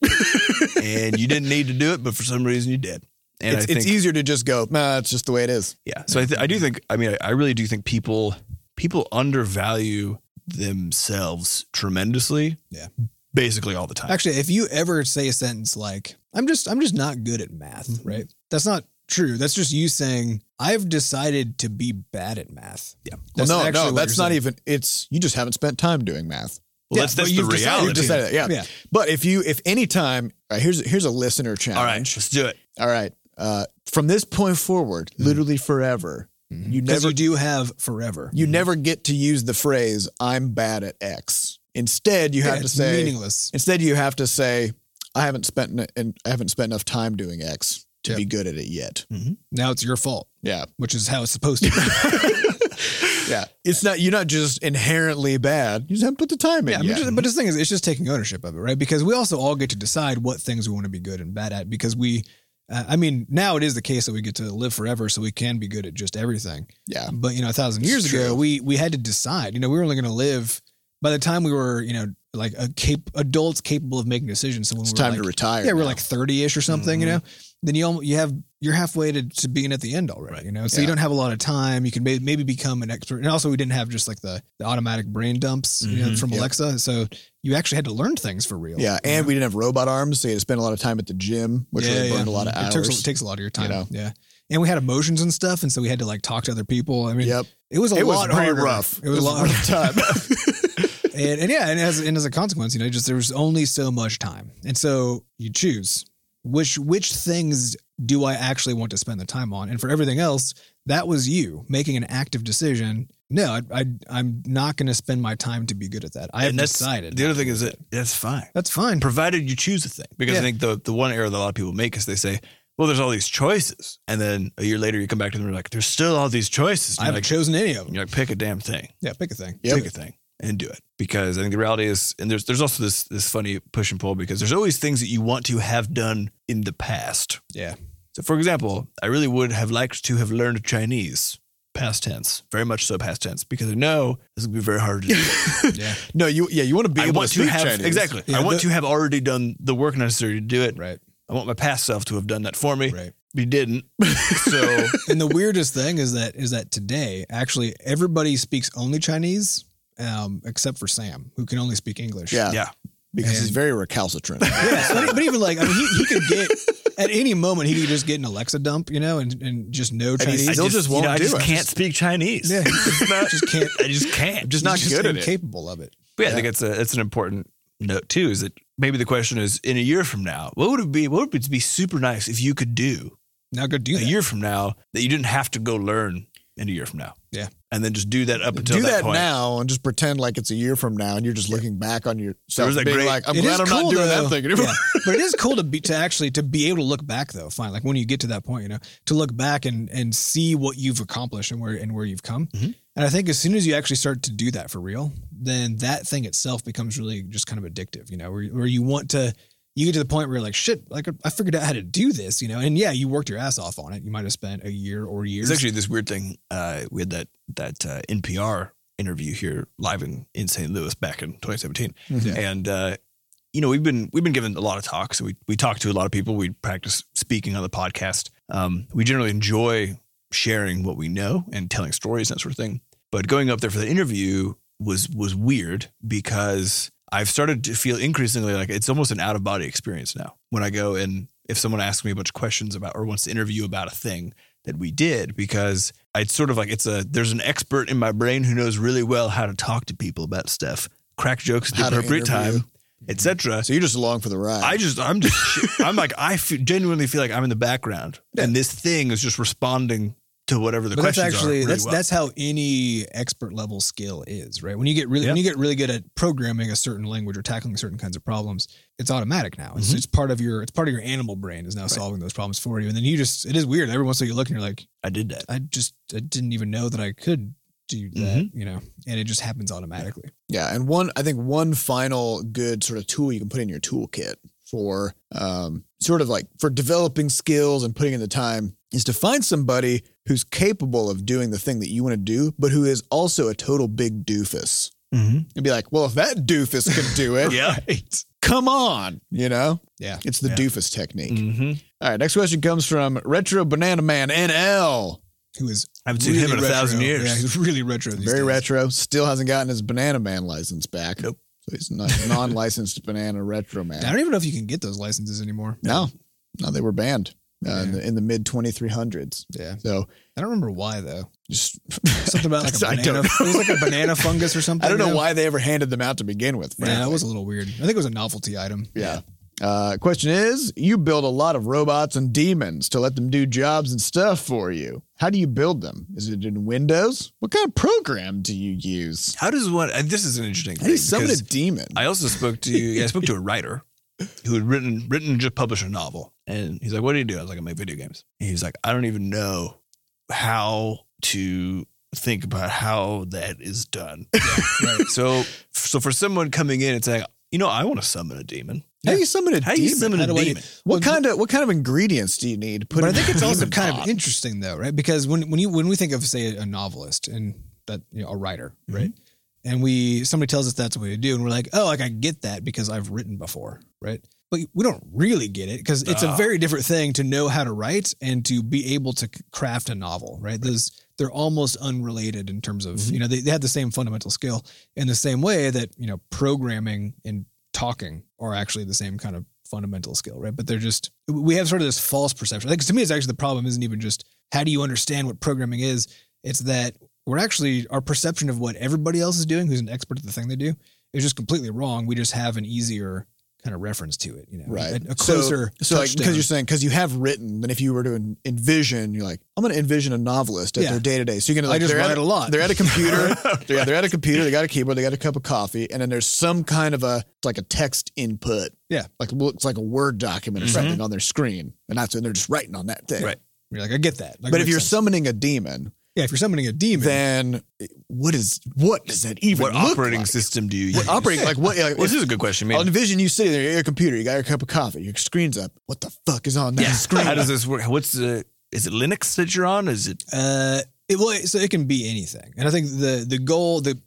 Speaker 3: and you didn't need to do it, but for some reason you did. And
Speaker 1: it's,
Speaker 3: I think,
Speaker 1: it's easier to just go. Nah, it's just the way it is.
Speaker 3: Yeah. So I, th- I do think. I mean, I, I really do think people people undervalue themselves tremendously.
Speaker 2: Yeah.
Speaker 3: Basically, all the time.
Speaker 2: Actually, if you ever say a sentence like "I'm just I'm just not good at math,"
Speaker 1: Mm-hmm.
Speaker 2: right? That's not true. That's just you saying I've decided to be bad at math.
Speaker 3: Yeah.
Speaker 1: Well,
Speaker 2: That's
Speaker 1: no,
Speaker 2: actually
Speaker 1: no,
Speaker 2: what
Speaker 1: that's
Speaker 2: you're
Speaker 1: not
Speaker 2: saying.
Speaker 1: even. It's you just haven't spent time doing math.
Speaker 3: well,
Speaker 2: yeah,
Speaker 3: that's that's
Speaker 2: but
Speaker 3: the
Speaker 2: you've decided-
Speaker 3: reality.
Speaker 1: You've decided, yeah.
Speaker 2: Yeah.
Speaker 1: But if you, if any time, all right, here's here's a listener challenge.
Speaker 3: all right, let's do it.
Speaker 1: All right. Uh, from this point forward,
Speaker 2: Hmm.
Speaker 1: literally forever, Mm-hmm. you
Speaker 2: 'Cause
Speaker 1: never
Speaker 2: you do have forever.
Speaker 1: you never get to use the phrase "I'm bad at X." Instead, you
Speaker 2: Yeah,
Speaker 1: have to
Speaker 2: it's
Speaker 1: say.
Speaker 2: meaningless.
Speaker 1: Instead, you have to say, "I haven't spent n- and I haven't spent enough time doing X to
Speaker 2: Yep.
Speaker 1: be good at it yet."
Speaker 2: Now it's your fault,
Speaker 1: Yeah,
Speaker 2: which is how it's supposed to. be.
Speaker 1: yeah. It's not you're not just inherently bad. You just haven't put the time in.
Speaker 2: Yeah, I mean,
Speaker 1: yet.
Speaker 2: just- but the thing is, it's just taking ownership of it, right? Because we also all get to decide what things we want to be good and bad at. Because we, uh, I mean, now it is the case that we get to live forever, so we can be good at just everything.
Speaker 1: yeah.
Speaker 2: But you know, a thousand
Speaker 1: It's
Speaker 2: years ago,
Speaker 1: true.
Speaker 2: we we had to decide. You know, we were only going to live by the time we were, you know, like a cap- adults capable of making decisions. So when
Speaker 1: It's
Speaker 2: we were
Speaker 1: time
Speaker 2: like,
Speaker 1: to retire.
Speaker 2: yeah, we're
Speaker 1: now.
Speaker 2: like thirty ish or something.
Speaker 1: Mm-hmm.
Speaker 2: You know, then you almo- you have you're halfway to, to being at the end already.
Speaker 3: Right.
Speaker 2: You know, so
Speaker 1: Yeah.
Speaker 2: you don't have a lot of time. You can may- maybe become an expert, and also we didn't have just like the, the automatic brain dumps you know,
Speaker 3: Mhm.
Speaker 2: from
Speaker 1: Yep.
Speaker 2: Alexa. So you actually had to learn things for real.
Speaker 1: Mm-hmm. Yeah,
Speaker 2: you
Speaker 1: and
Speaker 2: know?
Speaker 1: we didn't have robot arms, so you had to spend a lot of time at the gym, which really burned a lot of
Speaker 2: it
Speaker 1: hours.
Speaker 2: Takes, it takes a lot of your time.
Speaker 1: know?
Speaker 2: Yeah, and we had emotions and stuff, and so we had to like talk to other people. I mean,
Speaker 1: yep,
Speaker 2: it was a
Speaker 1: it was
Speaker 2: lot
Speaker 1: pretty
Speaker 2: harder.
Speaker 1: rough.
Speaker 2: It was, a lot.
Speaker 1: rough time.
Speaker 2: and, and yeah, and as and as a consequence, you know, just there was only so much time, and so you choose which which things do I actually want to spend the time on, and for everything else, that was you making an active decision. No, I, I I'm not going to spend my time to be good at that. I have
Speaker 3: and that's
Speaker 2: decided.
Speaker 3: The other thing is that that's fine,
Speaker 2: that's fine.
Speaker 3: provided you choose a thing. Because I
Speaker 2: Yeah.
Speaker 3: think the the one error that a lot of people make is they say, "Well, there's all these choices," and then a year later you come back to them and you're like, "There's still all these choices."
Speaker 2: I
Speaker 3: And you're
Speaker 2: haven't
Speaker 3: like,
Speaker 2: chosen any of them.
Speaker 3: you're like, "Pick a damn thing."
Speaker 2: Yeah, pick a thing.
Speaker 1: Yep.
Speaker 3: pick a thing and do it because I think the reality is, and there's there's also this this funny push and pull because there's always things that you want to have done in the past.
Speaker 2: Yeah.
Speaker 3: So for example, I really would have liked to have learned Chinese, past tense, very much so past tense, because I know this is gonna be very hard to do.
Speaker 2: yeah,
Speaker 1: No, you yeah, you want to be
Speaker 3: I
Speaker 1: able
Speaker 3: want
Speaker 1: to
Speaker 3: to
Speaker 1: speak
Speaker 3: have
Speaker 1: Chinese.
Speaker 3: exactly.
Speaker 2: Yeah,
Speaker 3: I want
Speaker 2: the-
Speaker 3: to have already done the work necessary to do it.
Speaker 2: right,
Speaker 3: I want my past self to have done that for me.
Speaker 2: right.
Speaker 3: He didn't. So
Speaker 2: and the weirdest thing is that is that today actually everybody speaks only Chinese, um, except for Sam, who can only speak English.
Speaker 1: Yeah,
Speaker 3: yeah,
Speaker 1: because he's
Speaker 2: And-
Speaker 1: very recalcitrant.
Speaker 2: Yeah, so- but, even like I mean, he, he could get at any moment he could just get an Alexa dump, you know, and, and just know
Speaker 1: he
Speaker 2: Chinese.
Speaker 1: still
Speaker 2: He's
Speaker 1: just
Speaker 3: you
Speaker 1: won't
Speaker 3: know, I
Speaker 1: do
Speaker 3: just
Speaker 1: it.
Speaker 3: can't speak Chinese.
Speaker 2: Yeah.
Speaker 3: It's not-
Speaker 2: just can't.
Speaker 3: I just can't.
Speaker 1: Just not
Speaker 2: he's
Speaker 1: good at it.
Speaker 2: incapable of it.
Speaker 3: But yeah, I think it's a it's an important note too. Is that maybe the question is in a year from now, what would it be? What would it be super nice if you could do
Speaker 2: Now go do
Speaker 3: a
Speaker 2: that.
Speaker 3: year from now that you didn't have to go learn in a year from now?
Speaker 2: Yeah.
Speaker 3: and then just do that up until
Speaker 1: do
Speaker 3: that,
Speaker 1: that,
Speaker 3: point.
Speaker 1: now and just pretend like it's a year from now, and you're just looking back on yourself,
Speaker 3: was that
Speaker 1: being
Speaker 3: great-
Speaker 1: like, "I'm
Speaker 2: It is
Speaker 1: glad I'm
Speaker 2: cool,
Speaker 1: not doing
Speaker 2: though.
Speaker 1: that thing anymore."
Speaker 2: Yeah. but it is cool to be to actually to be able to look back though. Fine, like when you get to that point, you know, to look back and and see what you've accomplished and where and where you've come.
Speaker 3: Mhm.
Speaker 2: And I think as soon as you actually start to do that for real, then that thing itself becomes really just kind of addictive. You know, where where you want to. You get to the point where you're like, shit, like I figured out how to do this, you know? And yeah, you worked your ass off on it. You might have spent a year or years.
Speaker 3: It's actually this weird thing. Uh, we had that that uh, NPR interview here live in, in St. Louis back in 2017,
Speaker 1: Mhm.
Speaker 3: and uh, you know we've been we've been given a lot of talks. We we talk to a lot of people. We practice speaking on the podcast. Um, we generally enjoy sharing what we know and telling stories and that sort of thing. But going up there for the interview was was weird because I've started to feel increasingly like it's almost an out of body experience now. When I go and if someone asks me a bunch of questions about or wants to interview about a thing that we did, because it's sort of like it's a there's an expert in my brain who knows really well how to talk to people about stuff, crack jokes at the
Speaker 1: How to
Speaker 3: appropriate
Speaker 1: interview.
Speaker 3: time,
Speaker 2: Mm-hmm.
Speaker 3: etc.
Speaker 1: So you're just along for the ride.
Speaker 3: I just, I'm just, I'm like, I feel, genuinely feel like I'm in the background, and this thing is just responding to whatever the
Speaker 2: but that's
Speaker 3: questions are.
Speaker 2: actually
Speaker 3: really
Speaker 2: that's
Speaker 3: well.
Speaker 2: that's how any expert level skill is, right? When you get really when you get really good at programming a certain language or tackling certain kinds of problems, it's automatic now. It's,
Speaker 3: Mhm.
Speaker 2: it's part of your it's part of your animal brain is now solving those problems for you. And then you just it is weird. Every once in a while you look and you're like,
Speaker 3: I did that.
Speaker 2: I just I didn't even know that I could do that,
Speaker 3: Mm-hmm.
Speaker 2: you know. And it just happens automatically.
Speaker 1: Yeah, and one I think one final good sort of tool you can put in your toolkit for um, sort of like for developing skills and putting in the time is to find somebody who's capable of doing the thing that you want to do, but who is also a total big doofus.
Speaker 3: Mm-hmm.
Speaker 1: And be like, well, if that doofus could do it,
Speaker 3: Yeah.
Speaker 1: come on, you know?
Speaker 2: Yeah.
Speaker 1: It's the
Speaker 3: Yeah.
Speaker 1: doofus technique.
Speaker 3: Mm-hmm.
Speaker 1: All right, next question comes from Retro Banana Man NL.
Speaker 2: Who is
Speaker 3: I haven't seen him in a
Speaker 2: retro.
Speaker 3: thousand years.
Speaker 2: Yeah, he's really retro these
Speaker 1: Very
Speaker 2: days.
Speaker 1: retro. Still hasn't gotten his Banana Man license back.
Speaker 3: Nope.
Speaker 1: So he's not non-licensed Banana Retro Man.
Speaker 2: I don't even know if you can get those licenses anymore.
Speaker 1: No, no, they were banned uh, in
Speaker 2: Yeah.
Speaker 1: the, in the mid 2300s.
Speaker 2: Yeah.
Speaker 1: So
Speaker 2: I don't remember why though.
Speaker 1: just
Speaker 2: Something about like a
Speaker 1: I
Speaker 2: banana.
Speaker 1: don't know.
Speaker 2: It was like a banana fungus or something.
Speaker 1: I don't
Speaker 2: you
Speaker 1: know why they ever handed them out to begin with.
Speaker 2: Yeah, that
Speaker 1: frankly.
Speaker 2: was a little weird. I think it was a novelty item.
Speaker 1: yeah. Uh, question is: You build a lot of robots and demons to let them do jobs and stuff for you. How do you build them? Is it in Windows? What kind of program do you use?
Speaker 3: How does one? And this is an interesting
Speaker 1: How
Speaker 3: thing.
Speaker 1: do you summon a
Speaker 3: because
Speaker 1: demon?
Speaker 3: I also spoke to yeah, I spoke to a writer who had written written and just published a novel, and he's like, "What do you do?" I was like, "I make video games." And he's like, "I don't even know how to think about how that is done."
Speaker 2: right.
Speaker 3: so, so for someone coming in and saying, "You know, I want to summon a demon,"
Speaker 1: how do you summon a
Speaker 3: how do
Speaker 1: demon?
Speaker 3: you summon a
Speaker 2: How do I-
Speaker 3: demon?
Speaker 1: what kind of what kind of ingredients do you need to put?
Speaker 2: But I
Speaker 1: in
Speaker 2: think
Speaker 1: a
Speaker 2: it's also
Speaker 1: demon
Speaker 2: kind
Speaker 1: pot?
Speaker 2: of interesting though, right? Because when when you when we think of say a novelist and that you know a writer,
Speaker 1: Mm-hmm.
Speaker 2: right? And we somebody tells us that's what we do, and we're like, oh, like I get that because I've written before, right? But we don't really get it because it's a
Speaker 3: Ah.
Speaker 2: very different thing to know how to write and to be able to c- craft a novel, right? Those they're almost unrelated in terms of
Speaker 3: Mhm.
Speaker 2: you know they, they have the same fundamental skill in the same way that you know programming and talking are actually the same kind of fundamental skill right but they're just we have sort of this false perception like to me it's actually the problem isn't even just how do you understand what programming is it's that we're actually our perception of what everybody else is doing who's an expert at the thing they do is just completely wrong we just have an easier kind of reference to it you know
Speaker 1: right
Speaker 2: a, a closer
Speaker 1: so, so like because
Speaker 2: touchdown.
Speaker 1: you're saying because you have written then if you were to en- envision you're like i'm going to envision a novelist at
Speaker 2: Yeah.
Speaker 1: their day-to-day so you're going to
Speaker 2: i
Speaker 1: like
Speaker 2: just
Speaker 1: they're,
Speaker 2: write
Speaker 1: at
Speaker 2: a lot
Speaker 1: they're at a computer they're, yeah, they're at a computer they got a keyboard they got a cup of coffee and then there's some kind of a like a text input
Speaker 2: Yeah. Mm-hmm.
Speaker 1: like looks like a word document or
Speaker 3: Mhm.
Speaker 1: something on their screen and that's and they're just writing on that thing
Speaker 3: Right.
Speaker 2: you're like i get that Like,
Speaker 1: but if
Speaker 2: it makes
Speaker 1: you're
Speaker 2: sense.
Speaker 1: summoning a demon
Speaker 2: yeah if you're summoning a demon
Speaker 1: then eh, what is what does that even
Speaker 3: what
Speaker 1: look
Speaker 3: operating
Speaker 1: like?
Speaker 3: system do you use?
Speaker 1: what operating like what like,
Speaker 3: Well, this is a good question.
Speaker 1: I'll
Speaker 3: Man.
Speaker 1: envision you sitting there at your computer, you got your cup of coffee, your screen's up. What the fuck is on that
Speaker 3: Yeah.
Speaker 1: screen?
Speaker 3: How does this work? What's the? Is it Linux that you're on? Is it
Speaker 2: Uh, It well, so it can be anything, and I think the the goal, the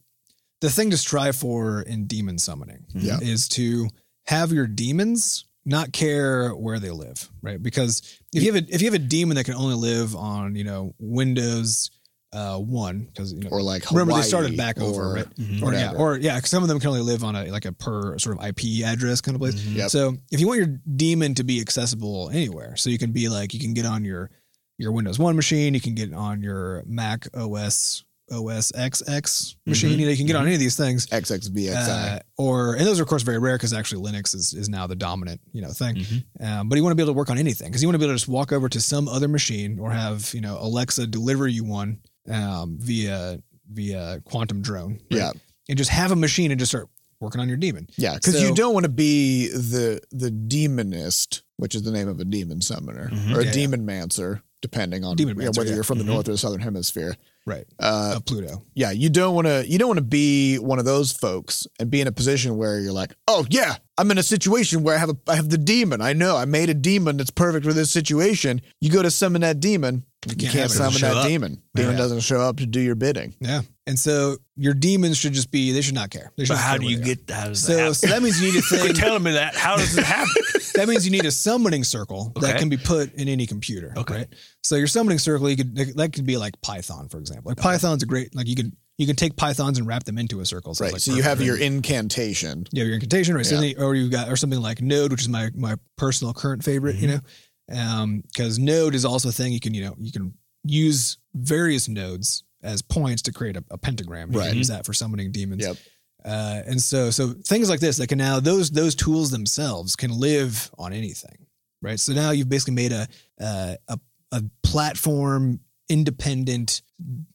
Speaker 2: the thing to strive for in demon summoning,
Speaker 1: Mm-hmm. Yeah.
Speaker 2: is to have your demons not care where they live, right? Because if you have a if you have a demon that can only live on you know Windows uh, one, because you know
Speaker 1: or like Hawaii
Speaker 2: Remember, they started back
Speaker 1: or,
Speaker 2: over, right? or yeah,
Speaker 1: whatever.
Speaker 2: or yeah, 'cause some of them can only live on a like a per sort of IP address kind of place.
Speaker 3: Mhm.
Speaker 1: Yep.
Speaker 2: So if you want your daemon to be accessible anywhere, so you can be like you can get on your your Windows One machine, you can get on your Mac OS OS XX
Speaker 1: Mm-hmm.
Speaker 2: machine, you know, you can get on any of these things.
Speaker 1: XXVXI.
Speaker 2: Uh, or and those are of course very rare because actually Linux is, is now the dominant you know
Speaker 1: Mm.
Speaker 2: thing.
Speaker 3: Mhm.
Speaker 2: Um, but you want to be able to work on anything because you want to be able to just walk over to some other machine or have you know Alexa deliver you one um, via via quantum drone. right?
Speaker 1: Yeah.
Speaker 2: and just have a machine and just start working on your demon.
Speaker 1: yeah, because
Speaker 2: so-
Speaker 1: you don't want to be the the demonist, which is the name of a demon summoner
Speaker 3: Mhm.
Speaker 1: or a
Speaker 2: Yeah, yeah.
Speaker 1: demon mancer, depending on
Speaker 2: Demon
Speaker 1: yeah, Mm-hmm.
Speaker 2: mancer,
Speaker 1: whether
Speaker 2: yeah.
Speaker 1: you're from the
Speaker 3: Mhm.
Speaker 1: north or the southern hemisphere.
Speaker 2: Right.
Speaker 1: Uh,
Speaker 2: of Pluto.
Speaker 1: yeah, you don't want to you don't want to be one of those folks and be in a position where you're like, oh yeah, I'm in a situation where I have a I have the demon. I know I made a demon that's perfect for this situation. You go to summon that demon, you
Speaker 2: can't
Speaker 1: can't,
Speaker 2: have it.
Speaker 1: summon
Speaker 3: Doesn't show
Speaker 1: that
Speaker 3: up.
Speaker 1: demon. Demon
Speaker 2: Yeah.
Speaker 1: doesn't show up to do your bidding.
Speaker 2: Yeah. And so your demons should just be, they should not care. They should
Speaker 3: But
Speaker 2: not
Speaker 3: how
Speaker 2: care
Speaker 3: do
Speaker 2: where
Speaker 3: you
Speaker 2: they are.
Speaker 3: get how does
Speaker 2: So,
Speaker 3: that
Speaker 2: so
Speaker 3: happen?
Speaker 2: that means you need a
Speaker 3: Quit
Speaker 2: thing.
Speaker 3: telling me that. How does it happen?
Speaker 2: that means you need a summoning circle that
Speaker 3: Okay.
Speaker 2: can be put in any computer.
Speaker 3: Okay.
Speaker 2: Right? So your summoning circle, you could that could be like Python, for example. Like Python's a great like you can you can take Pythons and wrap them into a circle. it's
Speaker 1: Right.
Speaker 2: like
Speaker 1: so you have
Speaker 2: perfect.
Speaker 1: your incantation.
Speaker 2: you have your incantation, right? So
Speaker 1: Yeah.
Speaker 2: then- or you've got or something like Node, which is my my personal current favorite, you
Speaker 1: Mm-hmm.
Speaker 2: know, because Node is also a thing you can you know you can use various nodes as points to create a, a pentagram. You can
Speaker 1: Right.
Speaker 2: Use that for summoning demons.
Speaker 1: Yep.
Speaker 2: Uh, and so so things like this that can now those those tools themselves can live on anything, right? So now you've basically made a uh, a a platform independent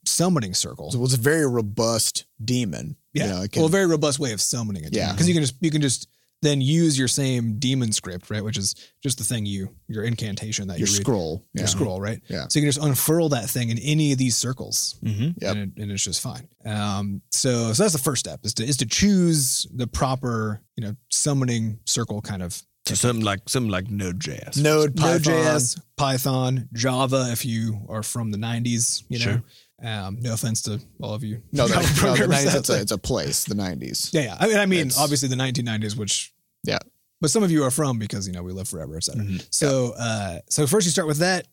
Speaker 2: summoning circle.
Speaker 1: So it was a very robust demon.
Speaker 2: Yeah.
Speaker 1: You know, it can-
Speaker 2: well, a very robust way of summoning it.
Speaker 1: Yeah.
Speaker 2: Because you can just you can just then use your same demon script, right? Which is just the thing you your incantation that
Speaker 1: your
Speaker 2: you read,
Speaker 1: scroll.
Speaker 2: your
Speaker 1: Yeah.
Speaker 2: scroll, right?
Speaker 1: Yeah.
Speaker 2: So you can just unfurl that thing in any of these circles,
Speaker 3: Mm-hmm.
Speaker 1: Yep.
Speaker 2: and, it, and it's just fine. Um, so so that's the first step is to is to choose the proper you know summoning circle kind of
Speaker 3: So something like something like Node.js.
Speaker 1: Node, Python.
Speaker 2: Node.js, Python, Java, if you are from the '90s, you know.
Speaker 3: Sure.
Speaker 2: Um, no offense to all of you.
Speaker 1: No, that,
Speaker 2: Java
Speaker 1: no, the
Speaker 2: programmers
Speaker 1: 90s,
Speaker 2: out
Speaker 1: it's,
Speaker 2: there.
Speaker 1: a, it's a place, the 90s.
Speaker 2: Yeah, yeah. I mean, I mean,
Speaker 1: It's-
Speaker 2: obviously the 1990s, which
Speaker 1: Yeah. Mm-hmm.
Speaker 2: but some of you are from because you know we live forever, etc.
Speaker 3: Mhm.
Speaker 2: So, uh, so first you start with that.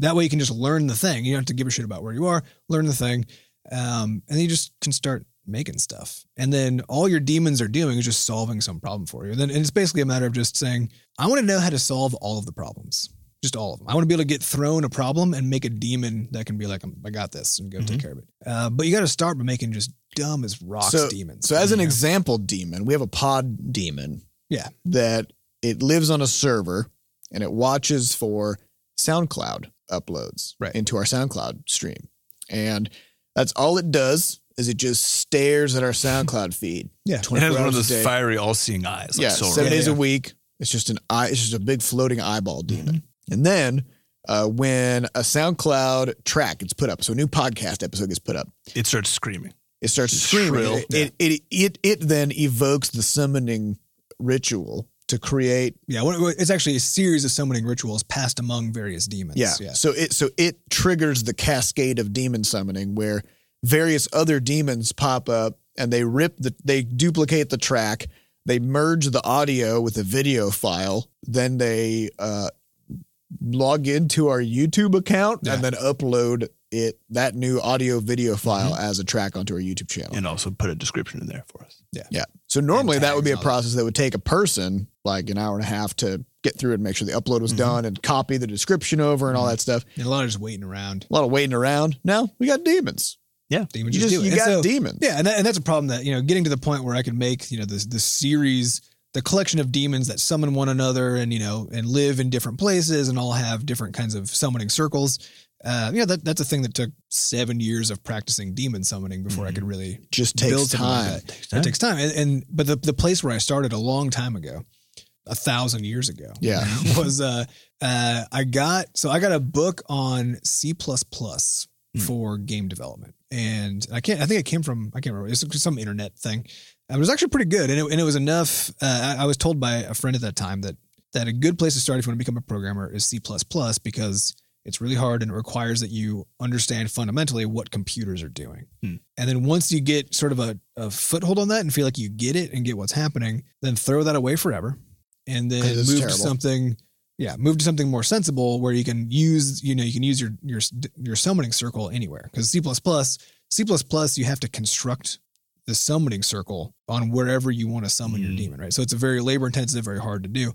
Speaker 2: That way you can just learn the thing. You don't have to give a shit about where you are. Learn the thing, um, and then you just can start making stuff. And then all your demons are doing is just solving some problem for you. And then and it's basically a matter of just saying, I want to know how to solve all of the problems. Just all of them. I want to be able to get thrown a problem and make a demon that can be like, "Um, I got this and go
Speaker 1: Mm-hmm.
Speaker 2: take care of it. Uh, but you got to start by making just dumb as rocks demons.
Speaker 1: So as an
Speaker 2: you know?
Speaker 1: example demon, we have a pod demon.
Speaker 2: Yeah.
Speaker 1: That it lives on a server and it watches for SoundCloud uploads
Speaker 2: Right.
Speaker 1: into our SoundCloud stream. And that's all it does is it just stares at our SoundCloud feed.
Speaker 2: Yeah.
Speaker 3: It
Speaker 1: 24
Speaker 3: has one of
Speaker 1: hours a
Speaker 3: those
Speaker 1: day.
Speaker 3: fiery, all-seeing eyes.
Speaker 1: yeah,
Speaker 3: Like Sora.
Speaker 1: seven
Speaker 2: Yeah,
Speaker 1: days
Speaker 2: yeah.
Speaker 1: a week. It's just an eye. It's just a big floating eyeball
Speaker 3: Mm-hmm.
Speaker 1: demon. And then uh, when a SoundCloud track gets put up, so a new podcast episode gets put up,
Speaker 3: It starts screaming.
Speaker 1: it starts screaming.
Speaker 3: Shrill.
Speaker 1: It, it, it it it then evokes the summoning ritual to create.
Speaker 2: Yeah, what- what- it's actually a series of summoning rituals passed among various demons.
Speaker 1: Yeah. So it so it triggers the cascade of demon summoning where various other demons pop up and they rip the they duplicate the track. They merge the audio with a video file. Then they uh, log into our YouTube account
Speaker 2: Yeah.
Speaker 1: and then upload it that new audio video file as a track onto our YouTube channel.
Speaker 3: Mm-hmm. And also put a description in there for us.
Speaker 1: Yeah. So normally that would be a
Speaker 2: tags and all
Speaker 1: process that would take a person like an hour and a half to get through and make sure the upload
Speaker 2: Mm-hmm.
Speaker 1: was done and copy the description over and all that stuff.
Speaker 2: And a lot of just waiting around.
Speaker 1: A lot of waiting around. Now we got demons.
Speaker 2: Demons
Speaker 1: You
Speaker 2: just,
Speaker 1: just,
Speaker 2: do it.
Speaker 1: you
Speaker 2: And
Speaker 1: got
Speaker 2: so-
Speaker 1: demons.
Speaker 2: yeah, and, that, and that's a problem that, you know, getting to the point where I could make, you know, this the series, the collection of demons that summon one another and, you know, and live in different places and all have different kinds of summoning circles. Uh, you know, that, that's a thing that took seven years of practicing demon summoning before I
Speaker 1: Mm-hmm.
Speaker 2: could really
Speaker 1: Just takes
Speaker 2: build something like
Speaker 1: time.
Speaker 2: that. It takes time. And, and but the, the place where I started a long time ago, a thousand years ago,
Speaker 1: Yeah.
Speaker 2: was uh, uh, I got so I got a book on C plus plus for game development, and I can't. I think it came from I can't remember. It's some internet thing. Um, it was actually pretty good, and it, and it was enough. Uh, I, I was told by a friend at that time that that a good place to start if you want to become a programmer is C plus plus because It's really hard and it requires that you understand fundamentally what computers are doing.
Speaker 3: Hmm.
Speaker 2: And then once you get sort of a, a foothold on that and feel like you get it and get what's happening, then throw that away forever and then
Speaker 1: 'Cause
Speaker 2: move
Speaker 1: it's
Speaker 2: to
Speaker 1: terrible.
Speaker 2: something. Yeah, move to something more sensible where you can use, you know, you can use your your your summoning circle anywhere. Because C plus plus, C plus plus, you have to construct the summoning circle on wherever you want to summon your
Speaker 3: Mm.
Speaker 2: demon, right? So it's a very labor intensive, very hard to do.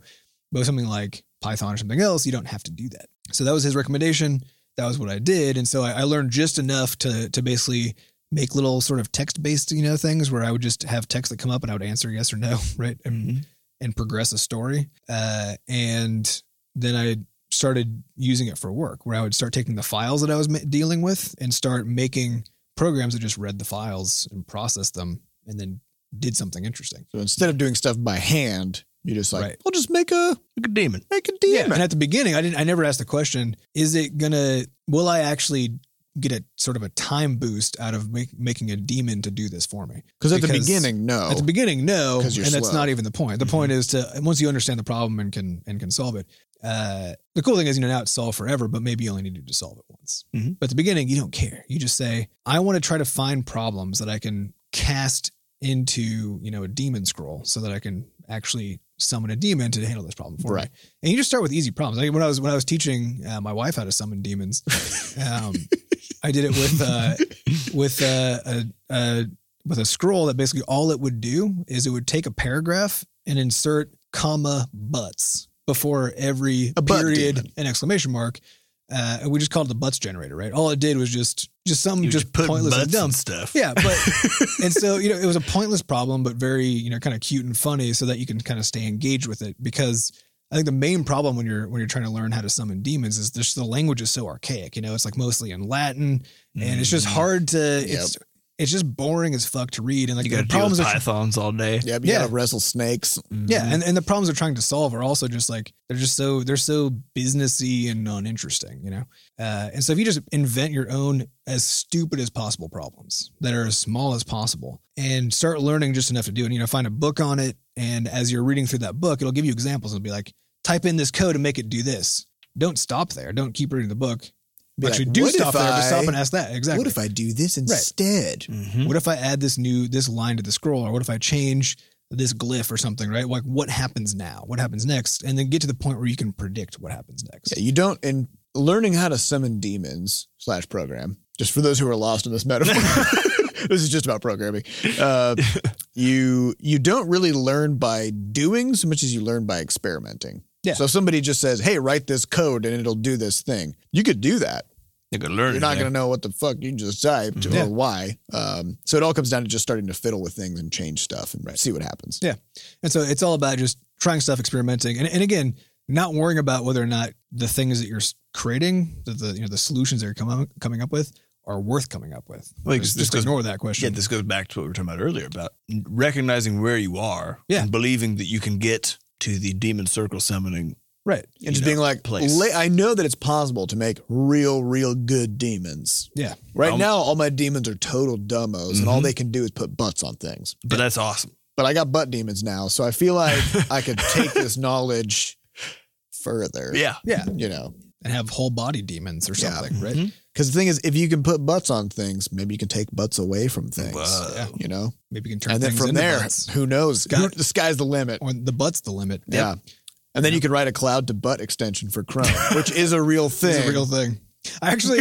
Speaker 2: But with something like Python or something else, you don't have to do that. So that was his recommendation. That was what I did, and so I, I learned just enough to to basically make little sort of text based you know things where I would just have text that come up and I would answer yes or no, right, and
Speaker 3: Mm-hmm.
Speaker 2: and progress a story. Uh, and then I started using it for work, where I would start taking the files that I was ma- dealing with and start making programs that just read the files and processed them, and then did something interesting.
Speaker 1: So instead of doing stuff by hand, you just like,
Speaker 2: Right.
Speaker 1: we'll just make a
Speaker 3: Like a demon.
Speaker 1: make a demon.
Speaker 2: And at the beginning, I didn't. I never asked the question: Is it gonna? Will I actually get a sort of a time boost out of make, making a demon to do this for me?
Speaker 1: Because at the
Speaker 2: Because
Speaker 1: beginning, no.
Speaker 2: At the beginning, no, and
Speaker 1: 'Cause you're
Speaker 2: that's
Speaker 1: slow. Mm-hmm.
Speaker 2: not even the point. The point is to and once you understand the problem and can and can solve it. Uh, the cool thing is, you know, now it's solved forever, but maybe you only needed to solve it once.
Speaker 1: Mm-hmm.
Speaker 3: Mhm.
Speaker 2: But at the beginning, you don't care. You just say, "I want to try to find problems that I can cast into, you know, a demon scroll, so that I can actually summon a demon to handle this problem for
Speaker 1: Right.
Speaker 2: me." And you just start with easy problems. Like when I was when I was teaching uh, my wife how to summon demons, um, I did it with uh, with uh, a, a with a scroll that basically all it would do is it would take a paragraph and insert comma butts before every
Speaker 1: A butt
Speaker 2: period
Speaker 1: demon.
Speaker 2: and exclamation mark. Uh, and we just called it the butts generator, right? All it did was just just something
Speaker 3: You
Speaker 2: just,
Speaker 3: put
Speaker 2: pointless
Speaker 3: butts
Speaker 2: and dumb.
Speaker 3: and stuff.
Speaker 2: Yeah, but and so you know it was a pointless problem, but very you know kind of cute and funny, so that you can kind of stay engaged with it. Because I think the main problem when you're when you're trying to learn how to summon demons is just the language is so archaic. You know, it's like mostly in Latin, and it's just
Speaker 1: Mm-hmm.
Speaker 3: Mm.
Speaker 2: hard to it's it's just boring as fuck to read. And like
Speaker 3: You
Speaker 2: the
Speaker 3: got to deal
Speaker 2: problems
Speaker 3: with
Speaker 2: are
Speaker 3: pythons all day.
Speaker 1: yeah, but you
Speaker 2: Yeah.
Speaker 1: gotta wrestle snakes.
Speaker 3: Mm-hmm.
Speaker 2: yeah, and, and the problems they're trying to solve are also just like they're just so they're so businessy and uninteresting, you know. Uh, and so if you just invent your own as stupid as possible problems that are as small as possible, and start learning just enough to do it, you know, find a book on it, and as you're reading through that book, it'll give you examples. It'll be like, type in this code and make it do this. Don't stop there. Don't keep reading the book.
Speaker 1: Be
Speaker 2: Actually,
Speaker 1: like,
Speaker 2: do
Speaker 1: "What
Speaker 2: stop
Speaker 1: if
Speaker 2: there. But stop
Speaker 1: I-
Speaker 2: and ask that exactly.
Speaker 1: What if I do this instead?
Speaker 3: Mhm.
Speaker 2: What if I add this new this line to the scroll, or what if I change this glyph or something? Right? Like, what happens now? What happens next? And then get to the point where you can predict what happens next.
Speaker 1: Yeah, you don't. In learning how to summon demons slash program, just for those who are lost in this metaphor, this is just about programming. Uh, you you don't really learn by doing so much as you learn by experimenting.
Speaker 2: Yeah.
Speaker 1: So if somebody just says, "Hey, write this code and it'll do this thing," you could do that.
Speaker 3: You got to learn.
Speaker 1: You're not going to know what the fuck you just typed
Speaker 2: Mm-hmm. Yeah.
Speaker 1: or why. Um, so it all comes down to just starting to fiddle with things and change stuff and see what happens.
Speaker 2: And so it's all about just trying stuff, experimenting, and, and again, not worrying about whether or not the things that you're s- creating, the, the you know the solutions that you're coming coming up with are worth coming up with.
Speaker 3: Well,
Speaker 2: just,
Speaker 3: this
Speaker 2: just
Speaker 3: goes-
Speaker 2: ignore that
Speaker 3: Yeah,
Speaker 2: question.
Speaker 3: this goes back to what we were talking about earlier about recognizing where you are
Speaker 2: Yeah.
Speaker 3: and believing that you can get to the demon circle summoning.
Speaker 2: right.
Speaker 1: And just
Speaker 3: you know,
Speaker 1: being like,
Speaker 3: place.
Speaker 1: "La- I know that it's possible to make real, real good demons.
Speaker 2: Yeah. mm-hmm.
Speaker 1: Right
Speaker 3: Um,
Speaker 1: now, all my demons are total dumbos, and all
Speaker 3: Mhm.
Speaker 1: they can do is put butts on things.
Speaker 3: But that's awesome.
Speaker 1: But I got butt demons now, so I feel like I could take this knowledge further.
Speaker 3: Yeah.
Speaker 2: Yeah.
Speaker 1: You know,
Speaker 2: And have whole body demons or
Speaker 1: Yeah. Mm-hmm.
Speaker 2: something. Right.
Speaker 3: Mhm.
Speaker 1: because the thing is, if you can put butts on things, maybe you can take butts away from things.
Speaker 3: Whoa.
Speaker 2: Yeah.
Speaker 1: You know,
Speaker 2: Maybe you can turn
Speaker 1: and then
Speaker 2: things
Speaker 1: from
Speaker 2: into
Speaker 1: there,
Speaker 2: butts.
Speaker 1: who knows?
Speaker 2: Sky-
Speaker 1: the sky's the limit.
Speaker 2: Or the butt's the limit.
Speaker 1: Yeah. And then you could write a cloud to butt extension for Chrome, which is a real thing.
Speaker 2: It's a real thing. I actually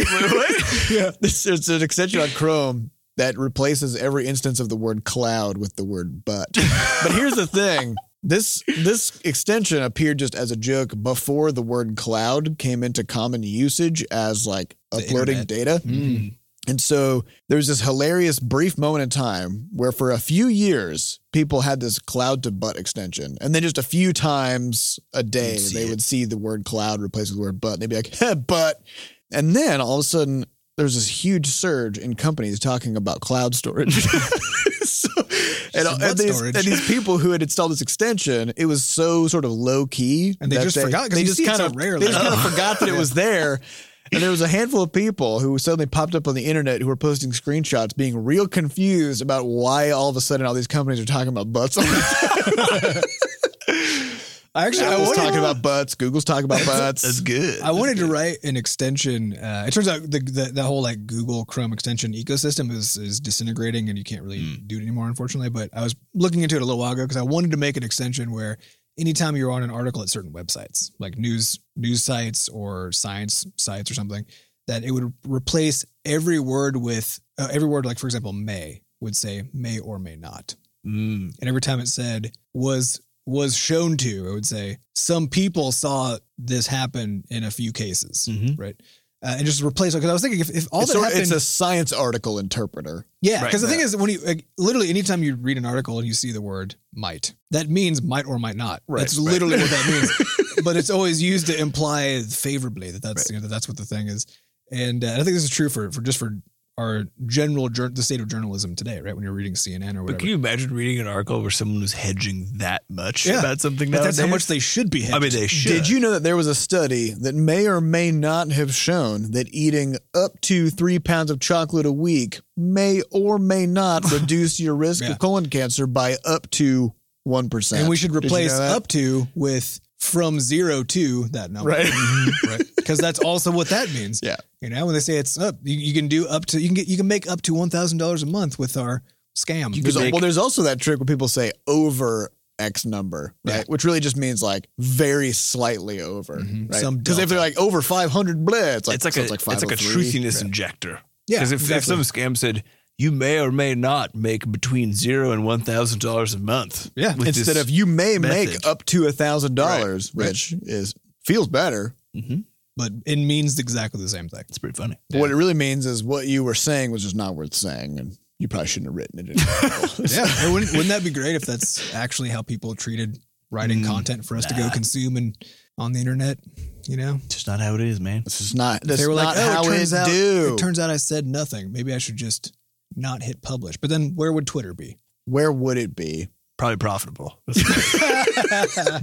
Speaker 1: yeah. It's, it's an extension on Chrome that replaces every instance of the word cloud with the word butt.
Speaker 2: Mm-hmm.
Speaker 1: But here's the thing. This this extension appeared just as a joke before the word cloud came into common usage as like uploading
Speaker 2: internet.
Speaker 1: data.
Speaker 2: Mm.
Speaker 1: And so there was this hilarious brief moment in time where for a few years people had this cloud to butt extension. And then just a few times a day
Speaker 3: You'd see
Speaker 1: they
Speaker 3: it.
Speaker 1: would see the word cloud replaced with the word butt. And they'd be like, "Heh, butt. And then all of a sudden there's this huge surge in companies talking about cloud storage. So- and,
Speaker 2: Some butt
Speaker 1: and, these,
Speaker 2: storage.
Speaker 1: and these people who had installed this extension, it was so sort of low key.
Speaker 2: And they
Speaker 1: that
Speaker 2: just forgot, 'cause
Speaker 1: They
Speaker 2: you
Speaker 1: just
Speaker 2: see it
Speaker 1: kind
Speaker 2: so
Speaker 1: of
Speaker 2: rarely.
Speaker 1: They just kind of
Speaker 2: Oh.
Speaker 1: forgot that it was there. And there was a handful of people who suddenly popped up on the internet who were posting screenshots, being real confused about why all of a sudden all these companies are talking about butts. all the time.
Speaker 2: I actually I
Speaker 1: Apple's
Speaker 2: wanted,
Speaker 1: talking about butts. Google's talking about
Speaker 3: uh,
Speaker 1: butts.
Speaker 3: good.
Speaker 2: I wanted to write an extension. Uh, it turns out the, the that whole like Google Chrome extension ecosystem is is disintegrating, and you can't really
Speaker 1: Hmm.
Speaker 2: do it anymore, unfortunately. But I was looking into it a little while ago because I wanted to make an extension where anytime you're on an article at certain websites, like news news sites or science sites or something, that it would replace every word with uh, every word. Like for example, may would say may or may not.
Speaker 3: Mm.
Speaker 2: and every time it said was was shown to it would say some people saw this happen in a few cases
Speaker 3: Mhm.
Speaker 2: right uh, and just replace it because i was thinking if, if all
Speaker 1: it's,
Speaker 2: that
Speaker 1: sort of-
Speaker 2: happened
Speaker 1: it's a science article interpreter.
Speaker 2: yeah
Speaker 3: Right,
Speaker 2: because the thing is when you like, literally anytime you read an article and you see the word might that means might or might not
Speaker 1: Right,
Speaker 2: that's
Speaker 1: right.
Speaker 2: literally what that means but it's always used to imply favorably that that's you know that that's what the thing is and uh, i think this is true for for just for our general jour- the state of journalism today right when you're reading cnn or whatever
Speaker 3: But can you imagine reading an article where someone was hedging that much
Speaker 2: Yeah.
Speaker 3: about something?
Speaker 2: but that's how much
Speaker 3: nowadays?
Speaker 2: they should be hedged.
Speaker 3: I mean, they should.
Speaker 1: Did you know that there was a study that may or may not have shown that eating up to three pounds of chocolate a week may or may not reduce your risk
Speaker 2: Yeah.
Speaker 1: of colon cancer by up to one percent?
Speaker 2: And we should
Speaker 1: Did you
Speaker 2: replace
Speaker 1: know that?
Speaker 2: up to with from zero to that number.
Speaker 1: Right.
Speaker 2: right. Because that's also what that means.
Speaker 1: Yeah.
Speaker 2: You know, when they say it's up, you, you can do up to you can get you can make up to one thousand dollars a month with our scam.
Speaker 1: There's a-
Speaker 3: make-
Speaker 1: well, there's also that trick where people say over X number, right?
Speaker 2: Yeah.
Speaker 1: Which really just means like very slightly over,
Speaker 2: Mhm.
Speaker 1: right?
Speaker 2: Some
Speaker 1: Because if
Speaker 2: delta.
Speaker 1: they're like over 500, blah, it's like,
Speaker 3: it's like
Speaker 1: so
Speaker 3: a
Speaker 1: it's like
Speaker 3: it's like,
Speaker 2: oh
Speaker 3: a
Speaker 1: 503.
Speaker 3: truthiness injector.
Speaker 2: Yeah,
Speaker 3: Because if, if
Speaker 2: exactly.
Speaker 3: some scam said you may or may not make between zero and one thousand dollars a month.
Speaker 2: Yeah.
Speaker 3: with
Speaker 1: Instead
Speaker 3: this-
Speaker 1: of you may
Speaker 3: method.
Speaker 1: make up to a thousand dollars,
Speaker 2: Right, right.
Speaker 1: which is feels better.
Speaker 3: Mhm.
Speaker 2: but it means exactly the same thing.
Speaker 3: it's pretty funny.
Speaker 1: But What it really means is what you were saying was just not worth saying, and you probably shouldn't have written it. In
Speaker 2: Yeah. And wouldn't, wouldn't that be great if that's actually how people treated writing
Speaker 3: Mm,
Speaker 2: content for us to go consume and on the internet? You know?
Speaker 3: Just not how it is, man.
Speaker 1: this is not. This
Speaker 2: they were
Speaker 1: not
Speaker 2: like, oh,
Speaker 1: how
Speaker 2: it
Speaker 1: it,
Speaker 2: turns out,
Speaker 1: do.
Speaker 2: it turns out I said nothing. Maybe I should just not hit publish. But then where would Twitter be?
Speaker 1: Where would it be?
Speaker 3: Probably profitable.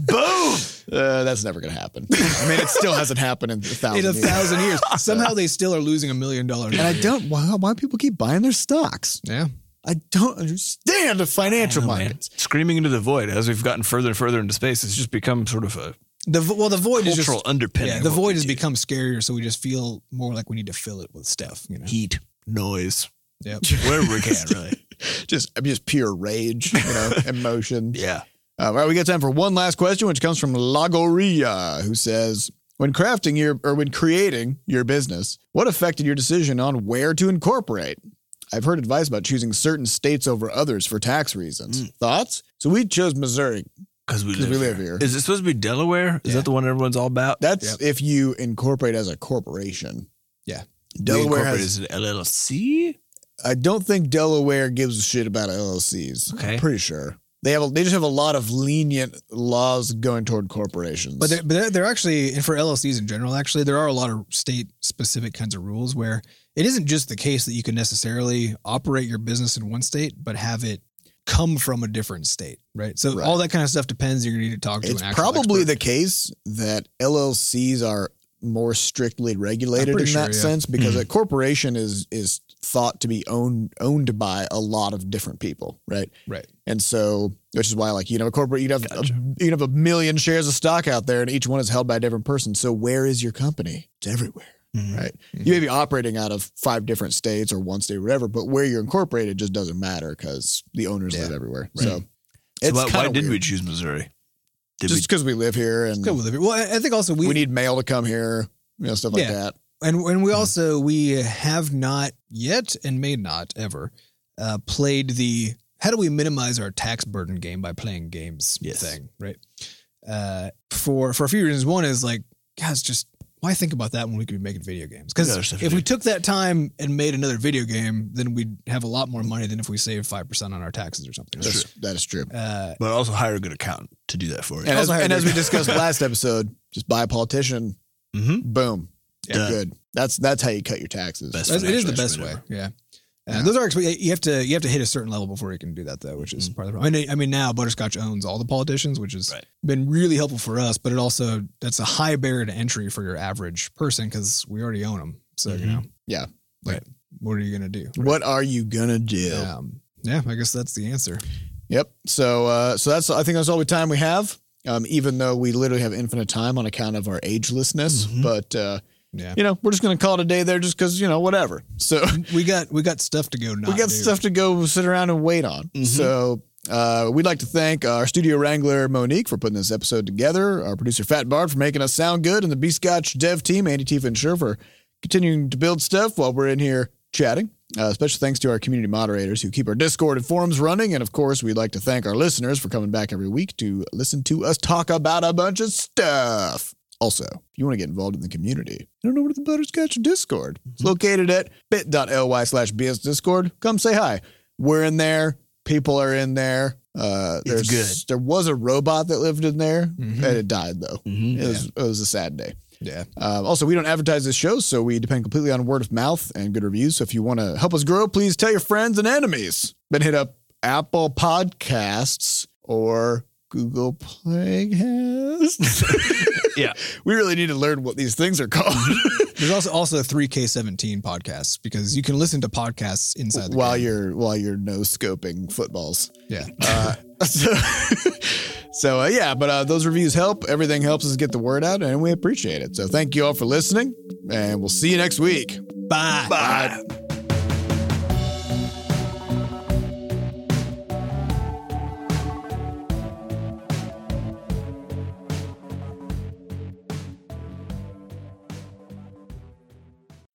Speaker 1: Boom. Uh, that's never gonna happen. I mean, it still hasn't happened in a thousand.
Speaker 2: in a
Speaker 1: years.
Speaker 2: thousand years. Somehow they still are losing a million dollars.
Speaker 1: And I
Speaker 2: every year.
Speaker 1: don't. Why, why people keep buying their stocks?
Speaker 2: Yeah.
Speaker 1: I don't understand the financial
Speaker 3: Oh, man.
Speaker 1: markets.
Speaker 3: Screaming into the void as we've gotten further and further into space, it's just become sort of a
Speaker 2: The vo- well, the void is
Speaker 3: cultural
Speaker 2: just
Speaker 3: underpinning.
Speaker 2: yeah.
Speaker 3: of
Speaker 2: The
Speaker 3: what
Speaker 2: void
Speaker 3: we
Speaker 2: has
Speaker 3: do.
Speaker 2: become scarier, so we just feel more like we need to fill it with stuff. You know.
Speaker 3: heat, noise,
Speaker 2: Yep.
Speaker 3: wherever we can, really.
Speaker 1: Just, I mean, just pure rage, you know, emotion.
Speaker 3: Yeah.
Speaker 1: Uh, all right, we got time for one last question, which comes from Lagoria, who says, "When crafting your or when creating your business, what affected your decision on where to incorporate?" I've heard advice about choosing certain states over others for tax reasons. Thoughts? So we chose Missouri.
Speaker 3: Because we,
Speaker 1: 'Cause
Speaker 3: live,
Speaker 1: we live here.
Speaker 3: Is it supposed to be Delaware? Is
Speaker 2: Yeah.
Speaker 3: that the one everyone's all about?
Speaker 1: That's if you incorporate as a corporation.
Speaker 2: Yeah.
Speaker 1: Delaware has
Speaker 3: is an LLC.
Speaker 1: I don't think Delaware gives a shit about LLCs.
Speaker 3: Okay.
Speaker 1: I'm pretty sure they have. A, they just have a lot of lenient laws going toward corporations.
Speaker 2: But there, but there, there actually, and for LLCs in general, actually, there are a lot of state-specific kinds of rules where it isn't just the case that you can necessarily operate your business in one state, but have it come from a different state, right? So
Speaker 1: Right.
Speaker 2: all that kind of stuff depends. You're going to need to talk to
Speaker 1: it's
Speaker 2: an actual
Speaker 1: probably
Speaker 2: expert.
Speaker 1: the case that LLCs are more strictly
Speaker 2: I'm
Speaker 1: regulated in
Speaker 2: pretty sure,
Speaker 1: that
Speaker 2: yeah. Hmm.
Speaker 1: sense because
Speaker 3: Mhm.
Speaker 1: a corporation is is thought to be owned owned by a lot of different people, right?
Speaker 2: right.
Speaker 1: And so, which is why, like, you know, a corporate, you'd have a, you'd have a million shares of stock out there, and each one is held by a different person. So, where is your company? It's everywhere,
Speaker 3: Mhm.
Speaker 1: right? You may be operating out of five different states or one state, or whatever, but where you're incorporated just doesn't matter because the owners
Speaker 2: Yeah.
Speaker 1: live everywhere.
Speaker 2: Right.
Speaker 1: So,
Speaker 3: So
Speaker 1: it's
Speaker 3: why, why
Speaker 1: kinda
Speaker 3: did we
Speaker 1: weird.
Speaker 3: choose Missouri? Did
Speaker 1: just because we live here and
Speaker 2: Good with it. Well, I I think also
Speaker 1: we, need mail to come here, you know, stuff like
Speaker 2: Yeah.
Speaker 1: that.
Speaker 2: and and
Speaker 3: Hmm.
Speaker 2: we also we have not yet and may not ever uh, played the how do we minimize our tax burden game by playing games
Speaker 3: Yes.
Speaker 2: thing right uh, for for a few reasons one is like guys just why think about that when we could be making video games
Speaker 3: We got other
Speaker 2: because
Speaker 3: stuff to
Speaker 2: if we
Speaker 3: do.
Speaker 2: took that time and made another video game then we'd have a lot more money than if we saved five percent on our taxes or something
Speaker 1: That's, that is true.
Speaker 2: uh,
Speaker 3: but also hire a good accountant to do that for you.
Speaker 1: And, as,
Speaker 2: Also, I
Speaker 1: and as we
Speaker 2: agree.
Speaker 1: discussed last episode, just buy a politician,
Speaker 3: mm-hmm.
Speaker 1: boom,
Speaker 3: Yeah.
Speaker 1: good. That's that's how you cut your taxes.
Speaker 3: Best
Speaker 2: That's- it is the best
Speaker 3: financial
Speaker 2: way.
Speaker 3: instrument
Speaker 2: Yeah. Uh, those are exp- you have to you have to hit a certain level before you can do that though, which
Speaker 1: Mm-hmm.
Speaker 2: is part of the problem. I mean, I mean now Butterscotch owns all the politicians, which has
Speaker 3: Right.
Speaker 2: been really helpful for us, but it also that's a high barrier to entry for your average person because we already own them. So you
Speaker 3: Mhm.
Speaker 2: know,
Speaker 1: Mm-hmm. Yeah.
Speaker 2: like what are you gonna do?
Speaker 1: What are you gonna do?
Speaker 2: Um, yeah, I guess that's the answer.
Speaker 1: Yep. So uh, so that's I think that's all the time we have. um, even though we literally have infinite time on account of our agelessness.
Speaker 3: Mhm.
Speaker 1: But uh,
Speaker 2: Yeah.
Speaker 1: you know, we're just gonna call it a day there, just because you know, whatever. So
Speaker 2: We got we got stuff to go. Not
Speaker 1: we got
Speaker 2: do.
Speaker 1: stuff to go sit around and wait on.
Speaker 3: Mhm.
Speaker 1: So uh, we'd like to thank our studio wrangler Monique for putting this episode together, our producer Fat Bard for making us sound good, and the B Scotch Dev team Andy T Fincher for continuing to build stuff while we're in here chatting. Uh, special thanks to our community moderators who keep our Discord and forums running, and of course, we'd like to thank our listeners for coming back every week to listen to us talk about a bunch of stuff. Also, if you want to get involved in the community, I don't know where the Butterscotch Discord. It's
Speaker 3: Mm-hmm.
Speaker 1: located at bit.ly slash BS Discord. Come say hi. We're in there. People are in there. Uh, there's,
Speaker 3: It's good.
Speaker 1: There was a robot that lived in there,
Speaker 2: Mhm.
Speaker 1: and it died, though.
Speaker 3: Mm-hmm.
Speaker 1: It, was, it was a sad day.
Speaker 2: Yeah.
Speaker 1: Um, also, we don't advertise this show, so we depend completely on word of mouth and good reviews. So if you want to help us grow, please tell your friends and enemies. Then hit up Apple Podcasts or Google Playcasts.
Speaker 3: Yeah.
Speaker 1: We really need to learn what these things are called
Speaker 2: There's also also three K seventeen podcasts because you can listen to podcasts inside the
Speaker 1: while
Speaker 2: game.
Speaker 1: you're while you're no scoping footballs.
Speaker 2: yeah
Speaker 1: Uh, so so uh, yeah, but uh, those reviews help. Everything helps us get the word out, and we appreciate it. So thank you all for listening, and we'll see you next week.
Speaker 2: bye.
Speaker 1: Bye.